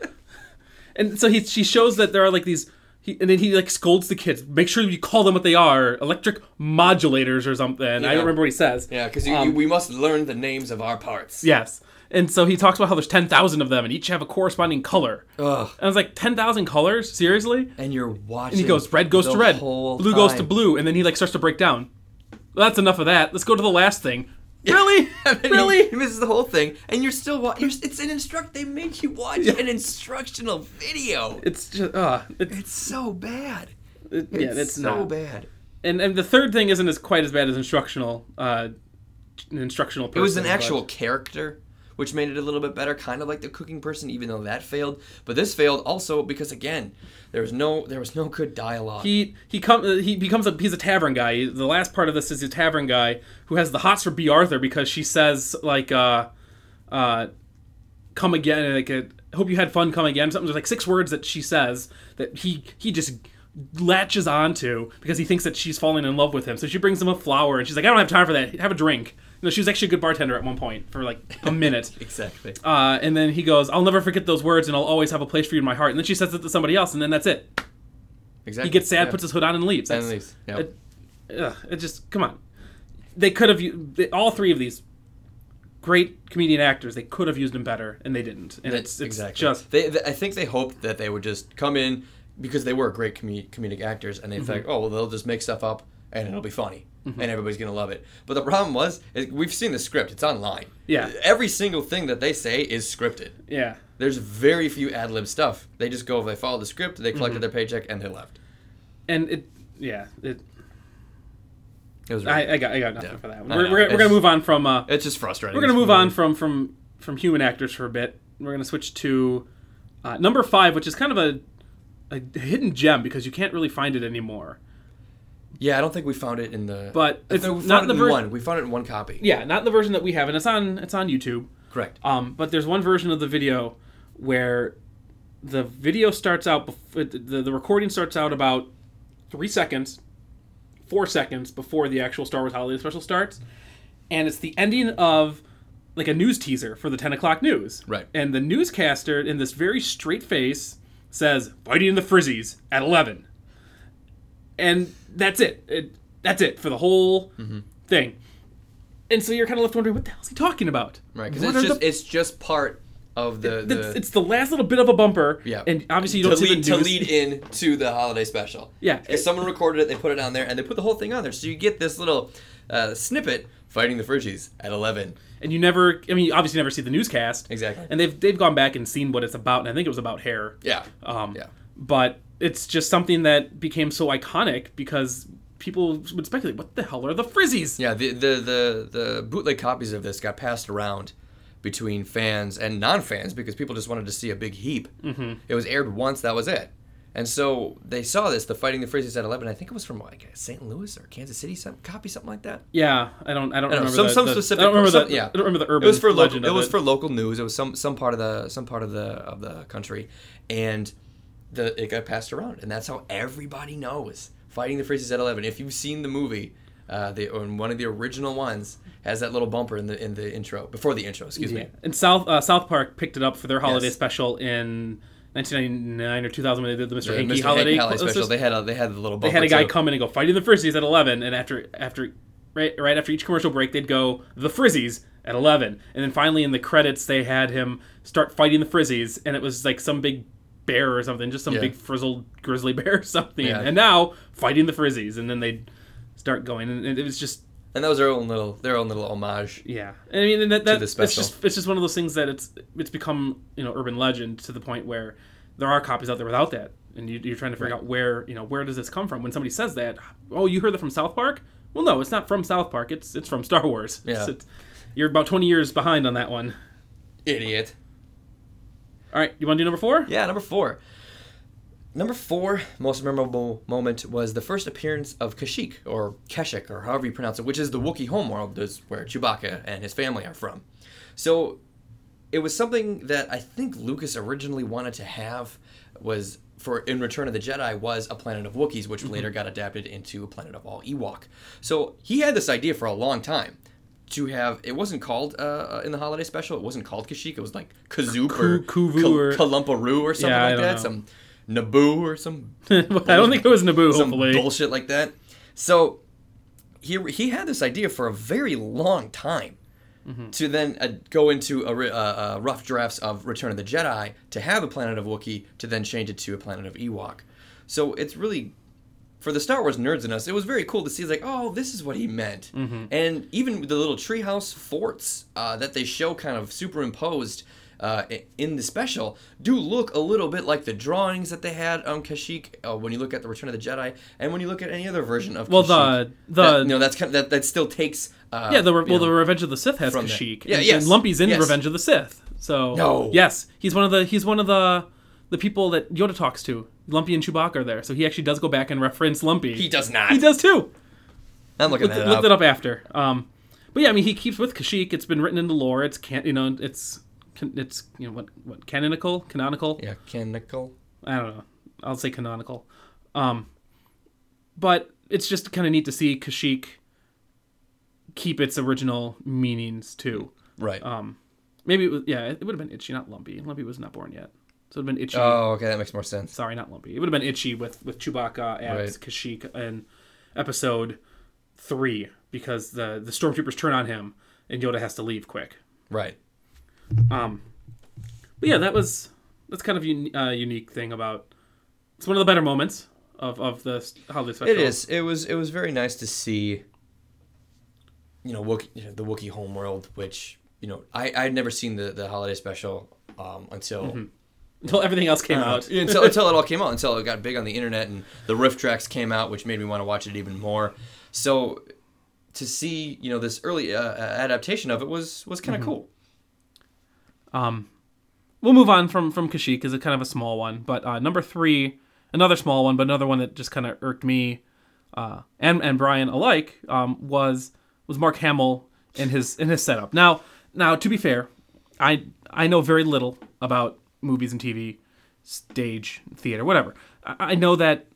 And so he she shows that there are like these he, and then he like scolds the kids. Make sure you call them what they are, electric modulators or something. I
Yeah.
don't remember what he says. Um,
Yeah, because we must learn the names of our parts.
Yes. And so he talks about how there's 10,000 of them and each have a corresponding color.
Ugh.
And I was like, 10,000 colors? Seriously?
And you're watching.
And he goes, red goes
the
to red,
whole
blue goes to
time.
blue, and then he like starts to break down. Well, that's enough of that. Let's go to the last thing. Really?
And he-
really?
He misses the whole thing, and you're still watching. It's an instruct. They make you watch an instructional video.
It's just uh, it's,
It's so bad.
it, yeah, it's,
so
not.
bad.
And and the third thing isn't as quite as bad as instructional. Uh, an instructional. Person,
It was an
but-
actual character, which made it a little bit better, kind of like the cooking person, even though that failed. But this failed also because again, there was no there was no good dialogue.
He he come uh, he becomes a he's a tavern guy. The last part of this is a tavern guy who has the hots for B Arthur because she says like uh uh come again and like it, hope you had fun come again something there's like six words that she says that he he just latches onto because he thinks that she's falling in love with him. So she brings him a flower and she's like I don't have time for that. Have a drink. You know, she was actually a good bartender at one point for like a minute.
exactly.
Uh, and then he goes, I'll never forget those words and I'll always have a place for you in my heart. And then she says it to somebody else and then that's it.
Exactly.
He gets sad,
Yeah.
puts his hood on, and leaves.
And
That's-
leaves, yeah.
It, ugh, it just come on. They could have u- they, all three of these great comedian actors. They could have used them better, and they didn't. And it's, it's
exactly.
just
They, they- I think they hoped that they would just come in, because they were great comi- comedic actors,
Mm-hmm.
and they think, oh, well, they'll just make stuff up and it'll be funny, and everybody's gonna love it. But the problem was, is we've seen the script; it's online.
Yeah.
every single thing that they say is scripted.
Yeah.
There's very few ad lib stuff. They just go, they follow the script, they
Mm-hmm.
collected their paycheck, and they left.
And it, yeah, it.
It was.
I, I got, I got nothing
Yeah.
for that.
I
One. We're,
know.
we're, we're
It's-
gonna move on from. Uh,
it's just frustrating.
we're gonna
It's
move
really-
on from from from human actors for a bit. We're gonna switch to uh, number five, which is kind of a a hidden gem because you can't really find it anymore.
Yeah, I don't think we found it in the.
But
I
it's
think we
not
found
the
it in
ver-
one. We found it in one copy.
Yeah, not the version that we have, and it's on it's on YouTube.
Correct.
Um, but there's one version of the video where the video starts out, bef- uh, the, the recording starts out about three seconds, four seconds before the actual Star Wars Holiday Special starts. And it's the ending of like a news teaser for the 10 o'clock news.
Right.
And the newscaster, in this very straight face, says, Fighting the Frizzies at 11. And that's it. it that's it for the whole
Mm-hmm.
thing. And so you're kind of left wondering, what the hell is he talking about?
Right, because
What
it's
are
just
the-
it's just part of the, the
it's, it's the last little bit of a bumper.
yeah.
And obviously you don't
to
see
lead,
the news.
to lead in to the holiday special.
Yeah.
because someone recorded it, they put it on there, and they put the whole thing on there, so you get this little uh, snippet fighting the Frigies at eleven.
And you never, I mean, you obviously never see the newscast.
Exactly.
And they've, they've gone back and seen what it's about, and I think it was about hair.
Yeah,
Um,
yeah,
But it's just something that became so iconic because people would speculate, what the hell are the frizzies?
yeah. The, the the the bootleg copies of this got passed around between fans and non-fans because people just wanted to see a big heap. Mm-hmm. It was aired once, that was it. And so they saw this, the fighting the Frigies at eleven. I think it was from like St. Louis or Kansas City, some copy something like that.
Yeah, I don't, I don't
I don't know,
remember
some
the,
some
the-
specific.
I don't remember
some-
the,
yeah.
I don't remember the urban.
It was for local.
legend
It
of
was for local news. It was some some part of the some part of the of the country, and the it got passed around, and that's how everybody knows fighting the freezes at eleven. If you've seen the movie. Uh, the or one of the original ones has that little bumper in the in the intro before the intro. Excuse
Yeah.
me.
And South uh, South Park picked it up for their holiday
Yes.
special in 1999 or 2000 when they did the Mr.
The
Hanky
Mr.
holiday,
Hank Holiday
cl- uh,
special. They had a, they had the little. Bumper
they had a guy
too.
come in and go fighting the frizzies at 11 and after after right right after each commercial break they'd go the frizzies at 11 and then finally in the credits they had him start fighting the frizzies and it was like some big bear or something just some
Yeah.
big frizzled grizzly bear or something
Yeah.
and now fighting the frizzies and then they'd start going and it was just
and that was their own little their own little homage.
yeah i mean and that, that
the
it's
special.
just it's just one of those things that it's it's become you know urban legend to the point where there are copies out there without that and you, you're trying to figure out where you know where does this come from when somebody says that oh you heard that from south park well no it's not from south park it's it's from star wars
Yeah.
It's- it's- you're about 20 years behind on that one
Idiot.
all right you want to do number four
Yeah, number four. Number four most memorable moment was the first appearance of Kashyyyk, or Keshik, or however you pronounce it, which is the Wookiee homeworld, is where Chewbacca and his family are from. So it was something that I think Lucas originally wanted to have was for in Return of the Jedi was a planet of Wookiees,
Mm-hmm.
which later got adapted into a planet of all Ewok. So he had this idea for a long time to have it wasn't called uh, in the holiday special. It wasn't called Kashyyyk. It was like Kazoop or
Ku- Kuvu or-
Kal- Kalumparoo or something
Yeah, I
like
don't
that.
know.
Some Naboo or some
i don't think it was naboo
some
hopefully
bullshit like that. So he he had this idea for a very long time to then uh, go into a, ri- uh, uh, rough drafts of Return of the Jedi to have a planet of Wookiee to then change it to a planet of Ewok. So it's really for the Star Wars nerds in us, it was very cool to see like, oh, this is what he meant.
Mm-hmm.
And even the little treehouse forts uh, that they show kind of superimposed uh, i- in the special do look a little bit like the drawings that they had on Kashyyyk uh, when you look at the Return of the Jedi and when you look at any other version of
well
Kashyyyk.
the the
that, no, that's kind of, that that still takes uh,
yeah, the well,
you know,
the Revenge of the Sith has
from that.
Kashyyyk.
Yeah,
and,
yes,
and Lumpy's in
yes.
Revenge of the Sith. So
No.
yes, he's one of the he's one of the the people that Yoda talks to. Lumpy and Chewbacca are there, so he actually does go back and reference Lumpy.
he does not.
He does too.
I'm looking
Look-
that
Looked
up.
it up after. Um, but yeah, I mean, he keeps with Kashyyyk. It's been written into lore. It's can you know it's can- it's you know what what canonical canonical.
Yeah, canonical.
I don't know. I'll say canonical. Um, but it's just kind of neat to see Kashyyyk keep its original meanings too.
Right.
Oh. Maybe it was, yeah, it would have been itchy, not lumpy. Lumpy was not born yet, so it would have been itchy.
oh, okay, that makes more sense.
Sorry, not lumpy. It would have been itchy with with Chewbacca as
Right.
Kashyyyk in episode three because the the stormtroopers turn on him and Yoda has to leave quick.
Right.
Um, but yeah, that was that's kind of a uh, unique thing about It's one of the better moments of of the holiday special.
It is. It was. It was very nice to see. You know, Wookie, you know the Wookiee homeworld, which you know I I had never seen the the holiday special um, until
Mm-hmm. until everything else came
uh,
out.
until until it all came out until it got big on the internet and the riff tracks came out, which made me want to watch it even more. So to see you know this early uh, uh, adaptation of it was was
Mm-hmm.
kind of cool.
Um, we'll move on from from Kashyyyk because it's kind of a small one. But uh, number three, another small one, but another one that just kind of irked me uh, and and Brian alike um, was was Mark Hamill in his in his setup. Now now to be fair, I I know very little about movies and TV, stage theater, whatever. I, I know that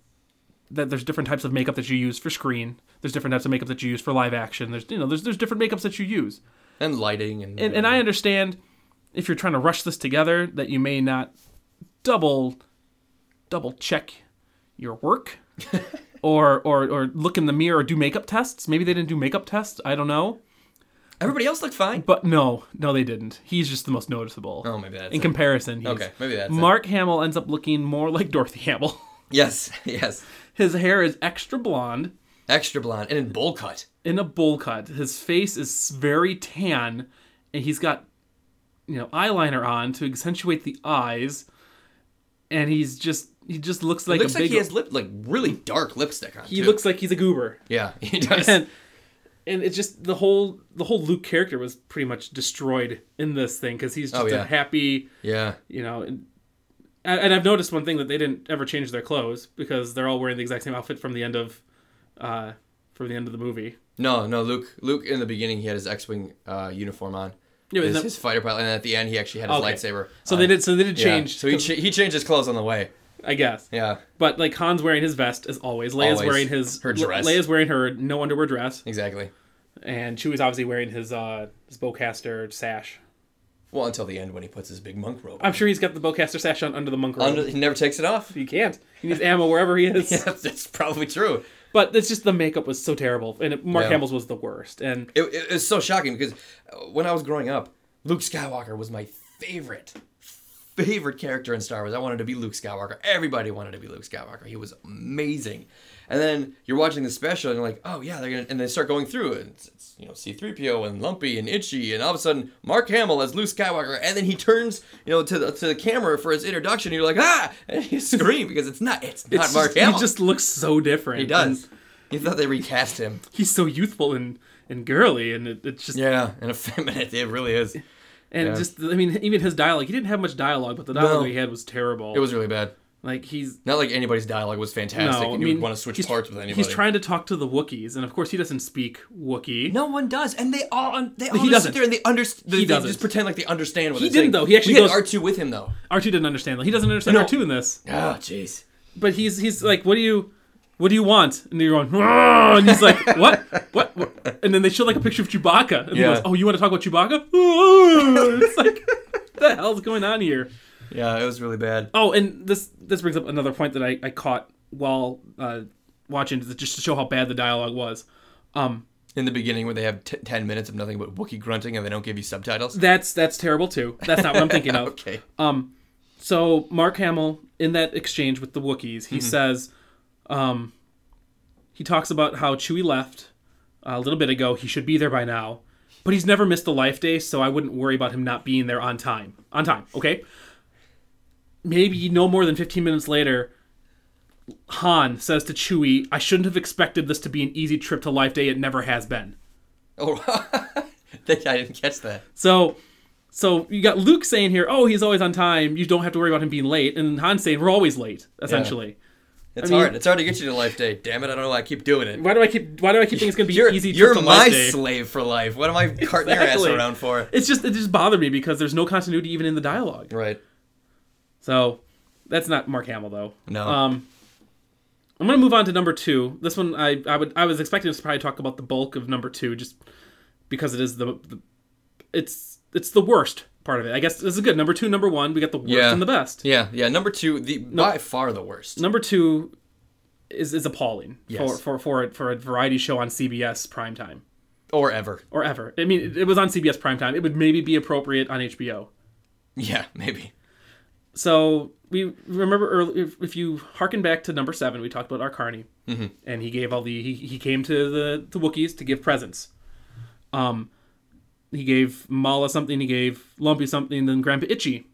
that there's different types of makeup that you use for screen. There's different types of makeup that you use for live action. There's you know there's there's different makeups that you use
And lighting and
and, and I understand if you're trying to rush this together that you may not double double check your work or, or or look in the mirror or do makeup tests. Maybe they didn't do makeup tests. I don't know.
everybody else looked fine.
But no, no, they didn't. He's just the most noticeable.
Oh, maybe that's
in
it.
comparison, he's,
Okay, maybe that's it.
Mark Hamill ends up looking more like Dorothy Hamill.
Yes, yes.
His hair is extra blonde
Extra blonde and in bowl cut.
in a bowl cut. His face is very tan, and he's got, you know, eyeliner on to accentuate the eyes. And he's just he just looks like
looks
a
like
big.
he has lip like really dark lipstick on.
he
too.
looks like he's a goober,
Yeah, he does.
and and it's just the whole the whole Luke character was pretty much destroyed in this thing because he's just
Oh, yeah.
a happy,
yeah.
you know. And, and and I've noticed one thing that they didn't ever change their clothes because they're all wearing the exact same outfit from the end of, uh, from the end of the movie.
No, no, Luke. Luke in the beginning he had his X-wing uh, uniform on.
Yeah, but
his,
that-
his fighter pilot, and at the end he actually had his
Okay.
lightsaber.
So
on.
they did. So they did
Yeah,
change.
So he cha- he changed his clothes on the way.
I guess.
Yeah,
But like Han's wearing his vest as always. Leia's
Always.
wearing his
Her dress.
Leia's wearing her no underwear dress,
exactly.
and Chewie's obviously wearing his uh his bowcaster sash.
Well, until the end when he puts his big monk robe.
I'm sure he's got the bowcaster sash on under the monk robe.
Under, he never takes it off.
he can't. He needs ammo wherever he is.
Yeah, that's probably true.
But it's just the makeup was so terrible, and it, Mark
Yeah.
Hamill's was the worst. And
It, it, it's so shocking because uh, when I was growing up, Luke Skywalker was my favorite, favorite character in Star Wars. I wanted to be Luke Skywalker. Everybody wanted to be Luke Skywalker. He was amazing. And then you're watching the special and you're like, oh yeah, they're gonna, and they start going through it. It's, it's you know C-3PO and Lumpy and Itchy, and all of a sudden Mark Hamill as Luke Skywalker, and then he turns you know to the to the camera for his introduction. And you're like ah, and you scream because it's not it's not
it's
Mark
just,
Hamill.
he just looks so different.
he does. You thought they recast him.
He's so youthful and and girly, and it, it's just
Yeah, and effeminate. It really is.
and
Yeah.
just I mean even his dialogue. He didn't have much dialogue, but the dialogue
No.
he had was terrible.
It was really bad.
like he's
Not like anybody's dialogue was fantastic,
No, I
and you
mean
would want to switch
he's-
parts with anybody.
He's trying to talk to the Wookiees, and of course he doesn't speak Wookiee.
No one does, and they all un- they all just
doesn't.
sit there and they understand. They,
He
they
doesn't.
just pretend like they understand what
He
they're
didn't,
saying.
though. He actually
we had
goes-
R two with him though.
R two didn't understand. that. He doesn't understand
No.
R two in this.
Oh jeez.
But he's he's like, what do you, what do you want? And you're going, "Rrrr," and he's like, what, what, what? And then they show like a picture of Chewbacca, and
Yeah.
he goes, oh, you want to talk about Chewbacca? it's like, what the hell's going on here?
Yeah, it was really bad.
Oh, and this this brings up another point that I, I caught while uh, watching, just to show how bad the dialogue was. Um,
In the beginning, where they have t- ten minutes of nothing but Wookiee grunting, and they don't give you subtitles.
that's that's terrible too. That's not what I'm thinking of.
okay.
Um, so Mark Hamill in that exchange with the Wookiees, he says, um, he talks about how Chewie left a little bit ago. He should be there by now, but he's never missed a life day, so I wouldn't worry about him not being there on time. On time, okay. Maybe no more than fifteen minutes later. Han says to Chewie, "I shouldn't have expected this to be an easy trip to Life Day. It never has been."
Oh, that- I didn't catch that.
So, so you got Luke saying here, "Oh, he's always on time. You don't have to worry about him being late." And Han saying, "We're always late." Essentially,
It's
mean-
hard. It's hard to get you to life day. Damn it! I don't know why I keep doing it.
why do I keep why do I keep thinking it's gonna be
You're,
easy?
you're
trip to
my
Life Day?
slave for life. What am I carting
Exactly.
your ass around for?
It's just it just bothered me because there's no continuity even in the dialogue.
Right.
So that's not Mark Hamill though.
No.
Um, I'm gonna move on to number two. This one I I would I was expecting us to probably talk about the bulk of number two just because it is the, the it's it's the worst part of it. I guess this is good. Number two, number one, we got the worst
Yeah.
and the best.
Yeah, yeah. Number two, the by far the worst.
number two is is appalling
Yes.
for for for a, for a variety show on CBS primetime
Or ever.
or ever. I mean, it, it was on CBS primetime. It would maybe be appropriate on HBO.
Yeah, maybe.
So we remember early, if, if you hearken back to number seven, we talked about Arcarni,
Mhm.
and he gave all the he, he came to the the Wookiees to give presents. Um, he gave Mala something. He gave Lumpy something. Then Grandpa Itchy,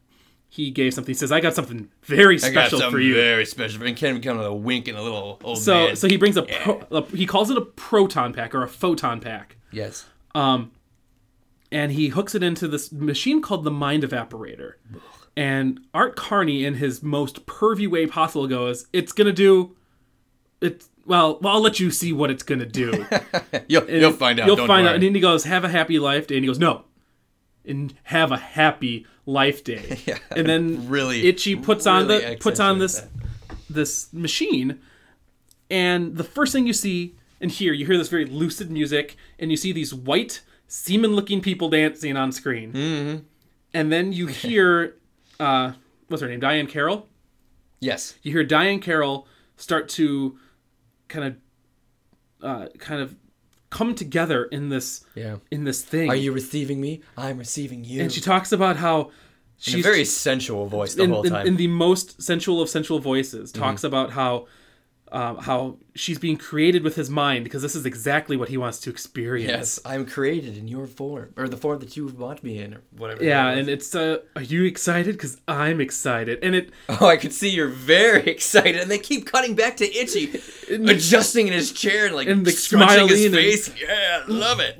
he gave something. He says, "I got something very
I got
special
something
for you."
very special. And Ken become a wink and a little old
so
man.
so he brings a, pro, a he calls it a proton pack or a photon pack.
yes,
Um, and he hooks it into this machine called the Mind Evaporator. And Art Carney, in his most pervy way possible, goes, "It's gonna do, it's well, well, I'll let you see what it's gonna do.
you'll, you'll find out.
You'll
don't
find out."
worry.
And then he goes, "Have a happy life day." And he goes, "No." And have a happy life day.
Yeah,
and then
really-
itchy puts on
really
the puts on
accentuate
this this machine, and the first thing you see and hear, you hear this very lucid music, and you see these white semen-looking people dancing on screen. Mm-hmm. And then you hear, uh, what's her name, Diane Carroll.
Yes.
You hear Diane Carroll start to kind of, uh, kind of come together in this
Yeah.
in this thing.
Are you receiving me? I'm receiving you.
and she talks about how
in a
she's
very sensual voice the
in,
whole
in-
time. Mm-hmm.
in the most sensual of sensual voices talks about how um, how she's being created with his mind because this is exactly what he wants to experience
yes, I'm created in your form, or the form that you want me in, or whatever.
yeah
that was.
and it's uh are you excited because i'm excited and it
oh, I could see you're very excited, and they keep cutting back to Itchy, adjusting in his chair and like
And, like,
scrunching his
smiling and-
face. Yeah, love it.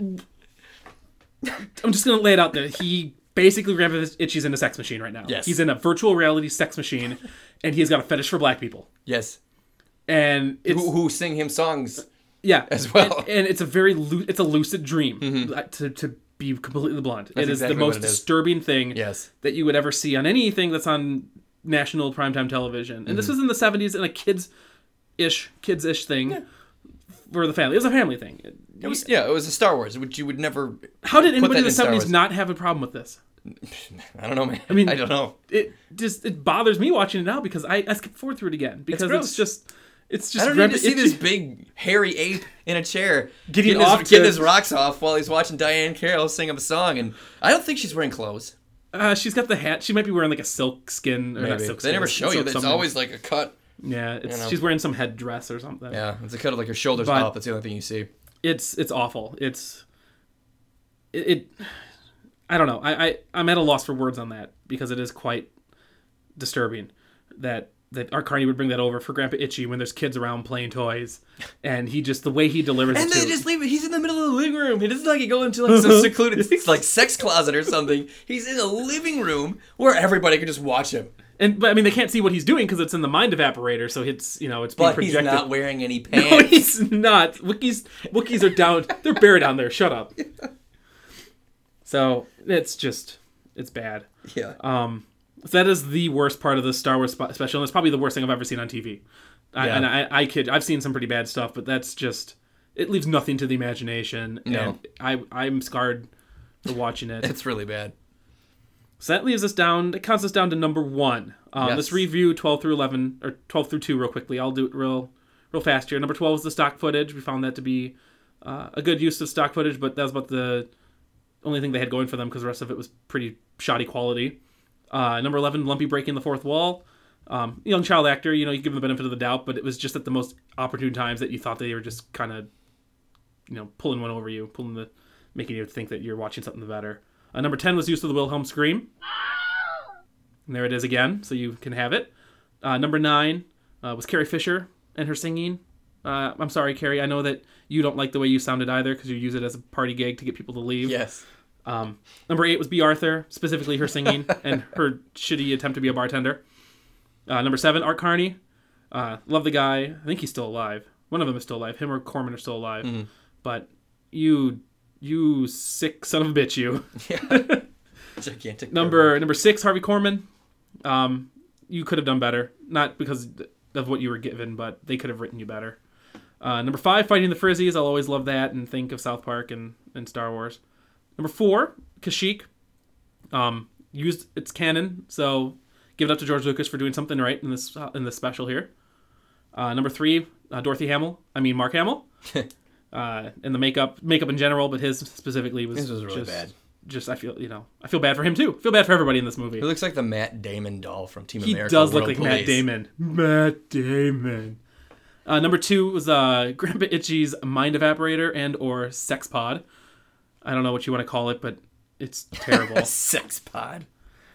i'm just gonna lay it out there he basically grandpa itchy's in a sex machine right now
Yes.
he's in a virtual reality sex machine and he's got a fetish for black people
Yes,
and it's
who, who sing him songs?
yeah
as well. Mm-hmm.
and, and it's a very lu- it's a lucid dream uh, to, to be completely blunt it is
exactly
the
what
most
it is.
disturbing thing
Yes.
that you would ever see on anything that's on national primetime television and
Mm-hmm.
this was in the 70s and a kids ish kids ish thing for the family it was a family thing
It was yeah, it was a Star Wars, which you would never.
how did anybody
that
in the
in Star
70s
Wars.
not have a problem with this
I don't know, man. I
mean-
mean, I don't know.
it just it bothers me watching it now because i, I skip forward through it again because it's,
gross.
just it's just
I don't need
Grandpa
to see
Itchy.
this big hairy ape in a chair getting,
Getting
his,
off to-
getting his rocks off while he's watching Diane Carroll sing him a song, and I don't think she's wearing clothes.
uh, she's got the hat she might be wearing like a silk skin or not
Maybe.
silk
They
skin,
never show you.
silk
It's
something.
always like a cut.
yeah it's,
know.
she's wearing some headdress or something
Yeah, it's a cut of like her shoulders
But-
up. That's the only thing you see.
it's it's awful. It's it. it I don't know. I, I I'm at a loss for words on that because it is quite disturbing that that our Carney would bring that over for Grandpa Itchy when there's kids around playing toys, and he just the way he delivers
And
it.
they
to-
just leave it. He's in the middle of the living room. He doesn't like go into like some secluded like sex closet or something. He's in a living room where everybody can just watch him.
and but I mean they can't see what he's doing because it's in the mind evaporator, so it's you know it's being
But he's
projected.
not wearing any pants.
No, he's not. Wookiees Wookiees are down. They're buried down there. Shut up. So it's just it's bad.
yeah.
So that is the worst part of the Star Wars spe- special, and it's probably the worst thing I've ever seen on TV. I,
Yeah.
And I, I kid, I've seen some pretty bad stuff, but that's just it leaves nothing to the imagination.
No.
And I I'm scarred for watching it.
it's really bad.
so that leaves us down. It counts us down to number one. Um, Let's
Yes.
review twelve through eleven or twelve through two real quickly. I'll do it real real fast here. Number twelve was the stock footage. We found that to be uh, a good use of stock footage, but that was about the only thing they had going for them because the rest of it was pretty shoddy quality. Uh, number 11, Lumpy Breaking the Fourth Wall. Um, young child actor, you know, you give him the benefit of the doubt, but it was just at the most opportune times that you thought they were just kind of, you know, pulling one over you, pulling the, making you think that you're watching something better. Uh, number 10 was Use of the Wilhelm Scream. And there it is again, so you can have it. Uh, number 9 uh, was Carrie Fisher and her singing. Uh, I'm sorry, Carrie, I know that you don't like the way you sounded either because you use it as a party gig to get people to leave.
Yes.
Um, number eight was B. Arthur, specifically her singing and her shitty attempt to be a bartender. Uh, number seven, Art Carney. Uh, love the guy. I think he's still alive. One of them is still alive. Him or Corman are still alive. But you, you sick son of a bitch, you.
Yeah. Gigantic.
Number number six, Harvey Corman. Um, you could have done better, not because of what you were given, but they could have written you better. Uh, number five, Fighting the Frizzies. I'll always love that and think of South Park and, and Star Wars. Number four, Kashyyyk. Um, used its canon, so give it up to George Lucas for doing something right in this in this special here. Uh, number three, uh, Dorothy Hamill. I mean Mark Hamill. uh, and the makeup, makeup in general, but his specifically was
This was really
just
bad.
just I feel you know I feel bad for him too. I feel bad for everybody in this movie.
He looks like the Matt Damon doll from Team
He
America.
does look
World
like Matt
Police.
Damon. Matt Damon. Uh, number two was uh, Grandpa Itchy's Mind Evaporator and or Sex Pod. I don't know what you want to call it, but it's terrible.
A sex pod.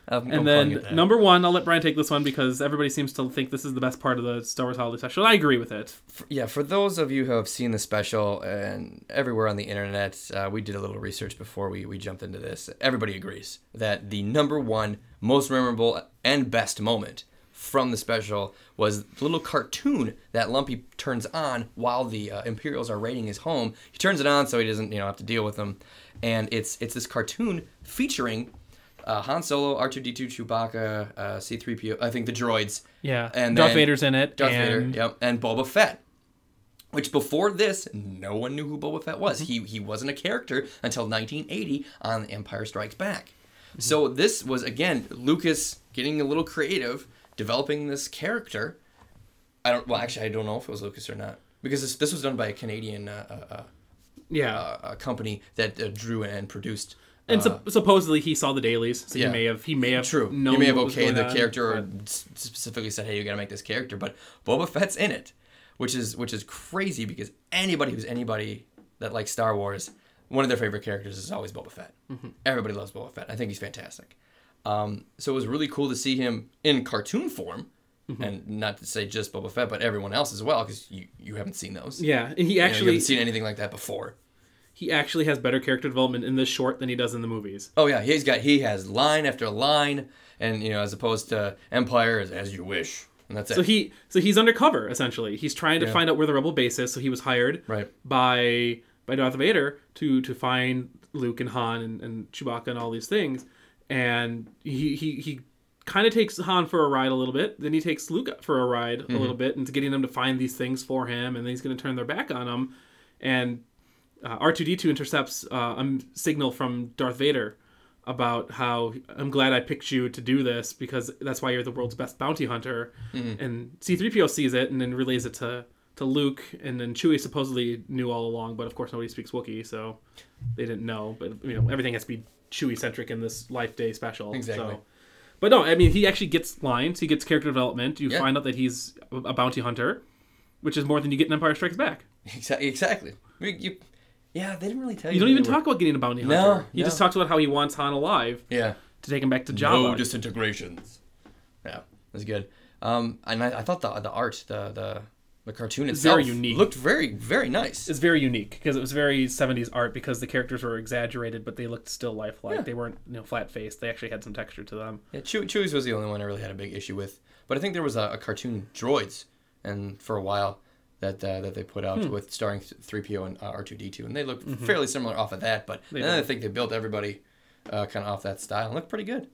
I'm, I'm
and
calling
then
it that.
number one, I'll let Brian take this one because everybody seems to think this is the best part of the Star Wars Holiday Special. And I agree with it.
F- yeah, for those of you who have seen the special and everywhere on the internet, uh, we did a little research before we, we jumped into this. Everybody agrees that the number one most memorable and best moment from the special was the little cartoon that Lumpy turns on while the uh, Imperials are raiding his home. He turns it on so he doesn't you know have to deal with them, and it's it's this cartoon featuring. Uh, Han Solo, R2D2, Chewbacca, uh, C3PO, I think the droids.
Yeah,
And
Darth
then-
Vader's in it.
Darth
and
Vader, yep, and Boba Fett. Which before this, no one knew who Boba Fett was. He he wasn't a character until 1980 on Empire Strikes Back. So this was again Lucas getting a little creative, developing this character. I don't. Well, actually, I don't know if it was Lucas or not because this this was done by a Canadian uh, uh,
Yeah,
uh, uh, company that uh, drew and produced. uh,
and sup- supposedly he saw the dailies, so
yeah.
he may have he may have
True.
known
you may have
what was
okayed
going
the
on,
character or
but-
s- specifically said, "Hey, you got to make this character," but Boba Fett's in it, which is which is crazy because anybody who's anybody that likes Star Wars, one of their favorite characters is always Boba Fett.
Mm-hmm.
Everybody loves Boba Fett. I think he's fantastic. Um, so it was really cool to see him in cartoon form,
Mm-hmm.
and not to say just Boba Fett, but everyone else as well, because you you haven't seen those.
yeah, and he
You know, you
actually
haven't seen anything like that before.
he actually has better character development in this short than he does in the movies.
Oh yeah, he's got he has line after line, and you know as opposed to Empire is as you wish, and that's it.
So he so he's undercover essentially. He's trying to find out where the rebel base is. So he was hired
Right.
by by Darth Vader to to find Luke and Han and, and Chewbacca and all these things. And he he, he kind of takes Han for a ride a little bit. Then he takes Luke for a ride a little bit into getting them to find these things for him. And then he's going to turn their back on him. And uh, R2D2 intercepts uh, a signal from Darth Vader about how I'm glad I picked you to do this because that's why you're the world's best bounty hunter.
Mm-hmm.
And C3PO sees it and then relays it to, to Luke. And then Chewie supposedly knew all along, but of course nobody speaks Wookiee, so they didn't know. But you know everything has to be Chewie centric in this Life Day special.
Exactly.
So. But no, I mean he actually gets lines. He gets character development. You
Yeah.
find out that he's a- a bounty hunter, which is more than you get in Empire Strikes Back.
Exactly. Exactly. I mean, you- yeah, they didn't really tell you.
You don't
who
even
they were.
talk about getting a bounty hunter.
No,
he
no.
just talks about how he wants Han alive
Yeah.
to take him back to Jabba.
No disintegrations. Yeah, that's good. Um, and I, I thought the the art, the the the cartoon itself,
very unique.
looked very very nice.
It's very unique because it was very 70s art because the characters were exaggerated, but they looked still lifelike.
Yeah.
They weren't you know flat faced. They actually had some texture to them.
Yeah, Chew- Chewie's was the only one I really had a big issue with, but I think there was a, a cartoon Droids, and for a while that uh, that they put out with starring three PO and uh, R two D two, and they looked fairly similar off of that. But then I think Mm-hmm. they built everybody uh, kind of off that style and looked pretty good.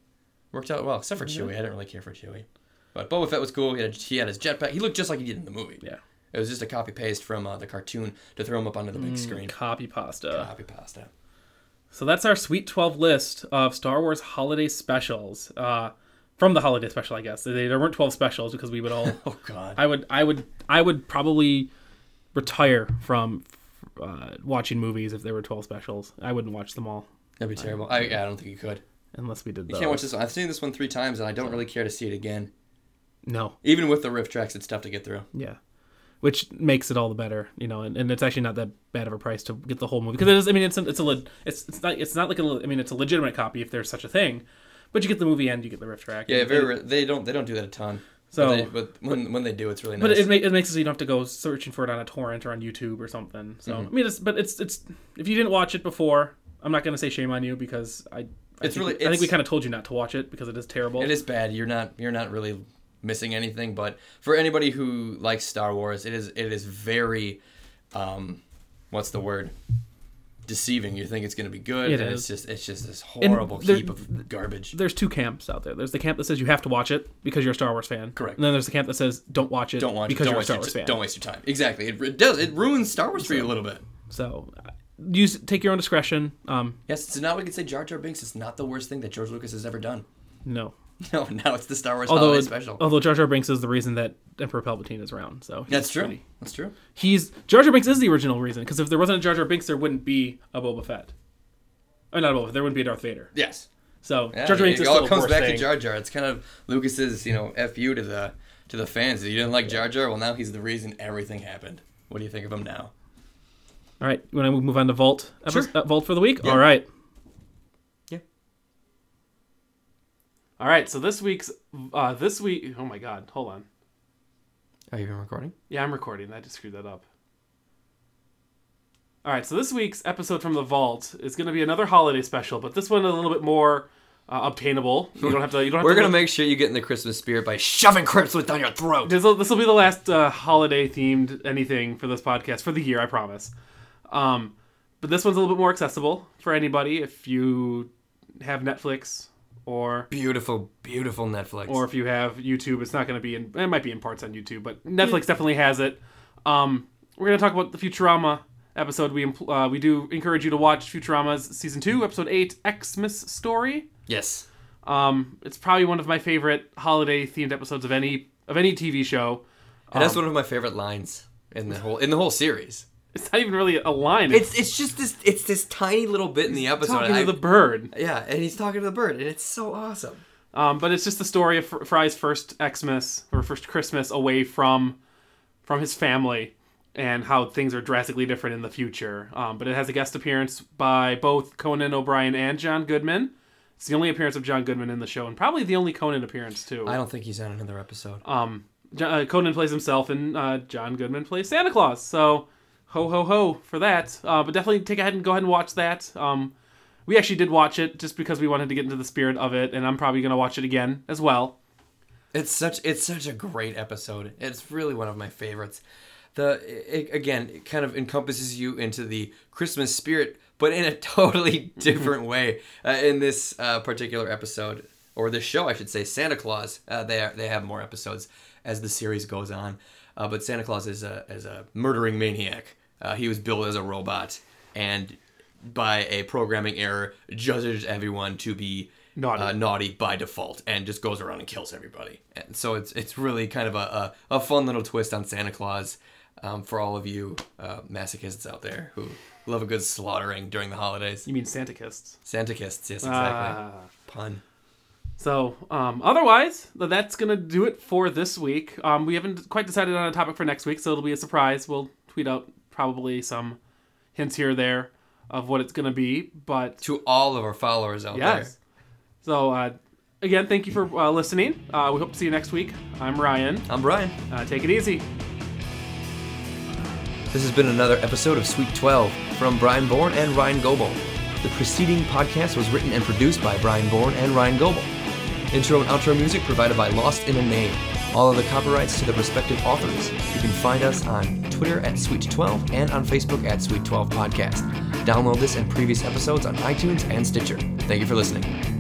Worked out well, except for Chewie. I didn't really care for Chewie, but Boba Fett was cool. He had, he had his jetpack. He looked just like he did in the movie.
Yeah.
it was just a copy paste from uh, the cartoon to throw him up onto the big screen.
Copy pasta.
Copy pasta.
So that's our Sweet 12 list of Star Wars holiday specials. Uh, from the holiday special, I guess. They- There weren't 12 specials because we would all.
Oh God.
I would, I would, I would probably retire from uh, watching movies if there were 12 specials. I wouldn't watch them all
That'd be terrible. I, yeah, I don't think you could.
unless we did
You
those.
can't watch this one. I've seen this one three times, and I don't really care to see it again.
No.
Even with the riff tracks, it's tough to get through.
Yeah. Which makes it all the better, you know, and, and it's actually not that bad of a price to get the whole movie because it is. I mean, it's an, it's a le- it's it's not it's not like a le- I mean, it's a legitimate copy if there's such a thing, but you get the movie and you get the riff track.
Yeah,
And-
very. ri- They don't. They don't do that a ton.
So-
but, they, but when when they do, it's really nice.
But it, ma- it makes it so you don't have to go searching for it on a torrent or on YouTube or something. So
Mm-hmm.
I mean, it's but it's it's if you didn't watch it before, I'm not gonna say shame on you because I. I
It's
think
really-
we- I think we
it's-
kind of told you not to watch it because it is terrible.
it is bad. You're not. You're not really missing anything. But for anybody who likes Star Wars, it is. It is very. Um, what's the word? Deceiving. You think it's going to be good,
It
and
is.
it's just. It's just this horrible
there-
heap of garbage.
There's two camps out there. There's the camp that says you have to watch it because you're a Star Wars fan.
Correct.
And then there's the camp that says don't watch it
Don't watch.
because
don't
you're a
waste
Star
your
Wars
t-
fan.
Don't waste your time. Exactly. It, it does. It ruins Star Wars for you a little bit.
So uh, use take your own discretion. Um,
Yes. So now we can say Jar Jar Binks is not the worst thing that George Lucas has ever done.
no.
No. Now Oh, it's the Star Wars
Although
holiday special.
although Jar Jar Binks is the reason that Emperor Palpatine is around. So he's
That's true.
pretty-
That's true.
he's Jar Jar Binks is the original reason because if there wasn't a Jar Jar Binks, there wouldn't be a Boba Fett. Oh, not both. There wouldn't be a Darth Vader.
Yes.
So
Yeah,
Jar Jar Binks
it
is
all
still a
comes
force
back
thing.
to Jar Jar. It's kind of Lucas's, you know, fu to the to the fans. You didn't like Jar Jar. Well, now he's the reason everything happened. What do you think of him now?
All right, you want to move on to Vault?
Sure.
Uh, Vault for the week.
Yeah.
All right.
Yeah.
All right. So this week's uh, this week. Oh my God! Hold on.
Are you even recording?
Yeah, I'm recording. I just screwed that up. All right, so this week's episode from the vault is going to be another holiday special, but this one a little bit more uh, obtainable. You don't have to. You don't have
We're
to
gonna make sure you get in the Christmas spirit by shoving Christmas down your throat.
This will, this will be the last uh, holiday themed anything for this podcast for the year, I promise. Um, but this one's a little bit more accessible for anybody if you have Netflix or
Beautiful, beautiful Netflix.
or if you have YouTube. It's not going to be in. It might be in parts on YouTube, but Netflix definitely has it. Um, we're going to talk about the Futurama episode. We impl- uh, we do encourage you to watch Futurama's season two, episode eight, Xmas Story.
yes.
Um, it's probably one of my favorite holiday themed episodes of any of any TV show.
And that's one of my favorite lines in the whole in the whole series.
It's not even really a line. It's,
It's it's just this it's this tiny little bit in the episode.
talking
and
to
I-
the bird.
yeah, and he's talking to the bird, and it's so awesome.
Um, but it's just the story of Fr- Fry's first Xmas or first Christmas away from from his family and how things are drastically different in the future. Um, but it has a guest appearance by both Conan O'Brien and John Goodman. It's the only appearance of John Goodman in the show, and probably the only Conan appearance too.
I don't think he's on another episode.
Um, Jo- uh, Conan plays himself, and uh, John Goodman plays Santa Claus. So, ho ho ho for that. Uh, but definitely take ahead and go ahead and watch that. Um, we actually did watch it just because we wanted to get into the spirit of it, and I'm probably gonna watch it again as well.
It's such it's such a great episode. It's really one of my favorites. The it, again, it kind of encompasses you into the Christmas spirit, but in a totally different way. Uh, in this uh, particular episode, or this show, I should say, Santa Claus. Uh, they are, they have more episodes as the series goes on, uh, but Santa Claus is a is a murdering maniac. Uh, he was billed as a robot, and by a programming error, judges everyone to be
Naughty.
uh, naughty by default and just goes around and kills everybody. And so it's it's really kind of a, a, a fun little twist on Santa Claus um, for all of you uh, masochists out there who love a good slaughtering during the holidays.
You mean Santakists?
Santakists, yes, exactly.
Ah.
Pun.
So, um, otherwise, th- that's gonna do it for this week. Um, we haven't quite decided on a topic for next week, so it'll be a surprise. We'll tweet out probably some hints here or there of what it's gonna be, but
To all of our followers out
Yes. So, uh, again, thank you for uh, listening. Uh, we hope to see you next week. I'm Ryan.
there. I'm Brian.
Uh, take it easy.
This has been another episode of Sweet 12 from Brian Bourne and Ryan Goebel. The preceding podcast was written and produced by Brian Bourne and Ryan Goebel. Intro and outro music provided by Lost in a Name. All of the copyrights to the respective authors. You can find us on Twitter at Sweet 12 and on Facebook at Sweet 12 Podcast. Download this and previous episodes on iTunes and Stitcher. Thank you for listening.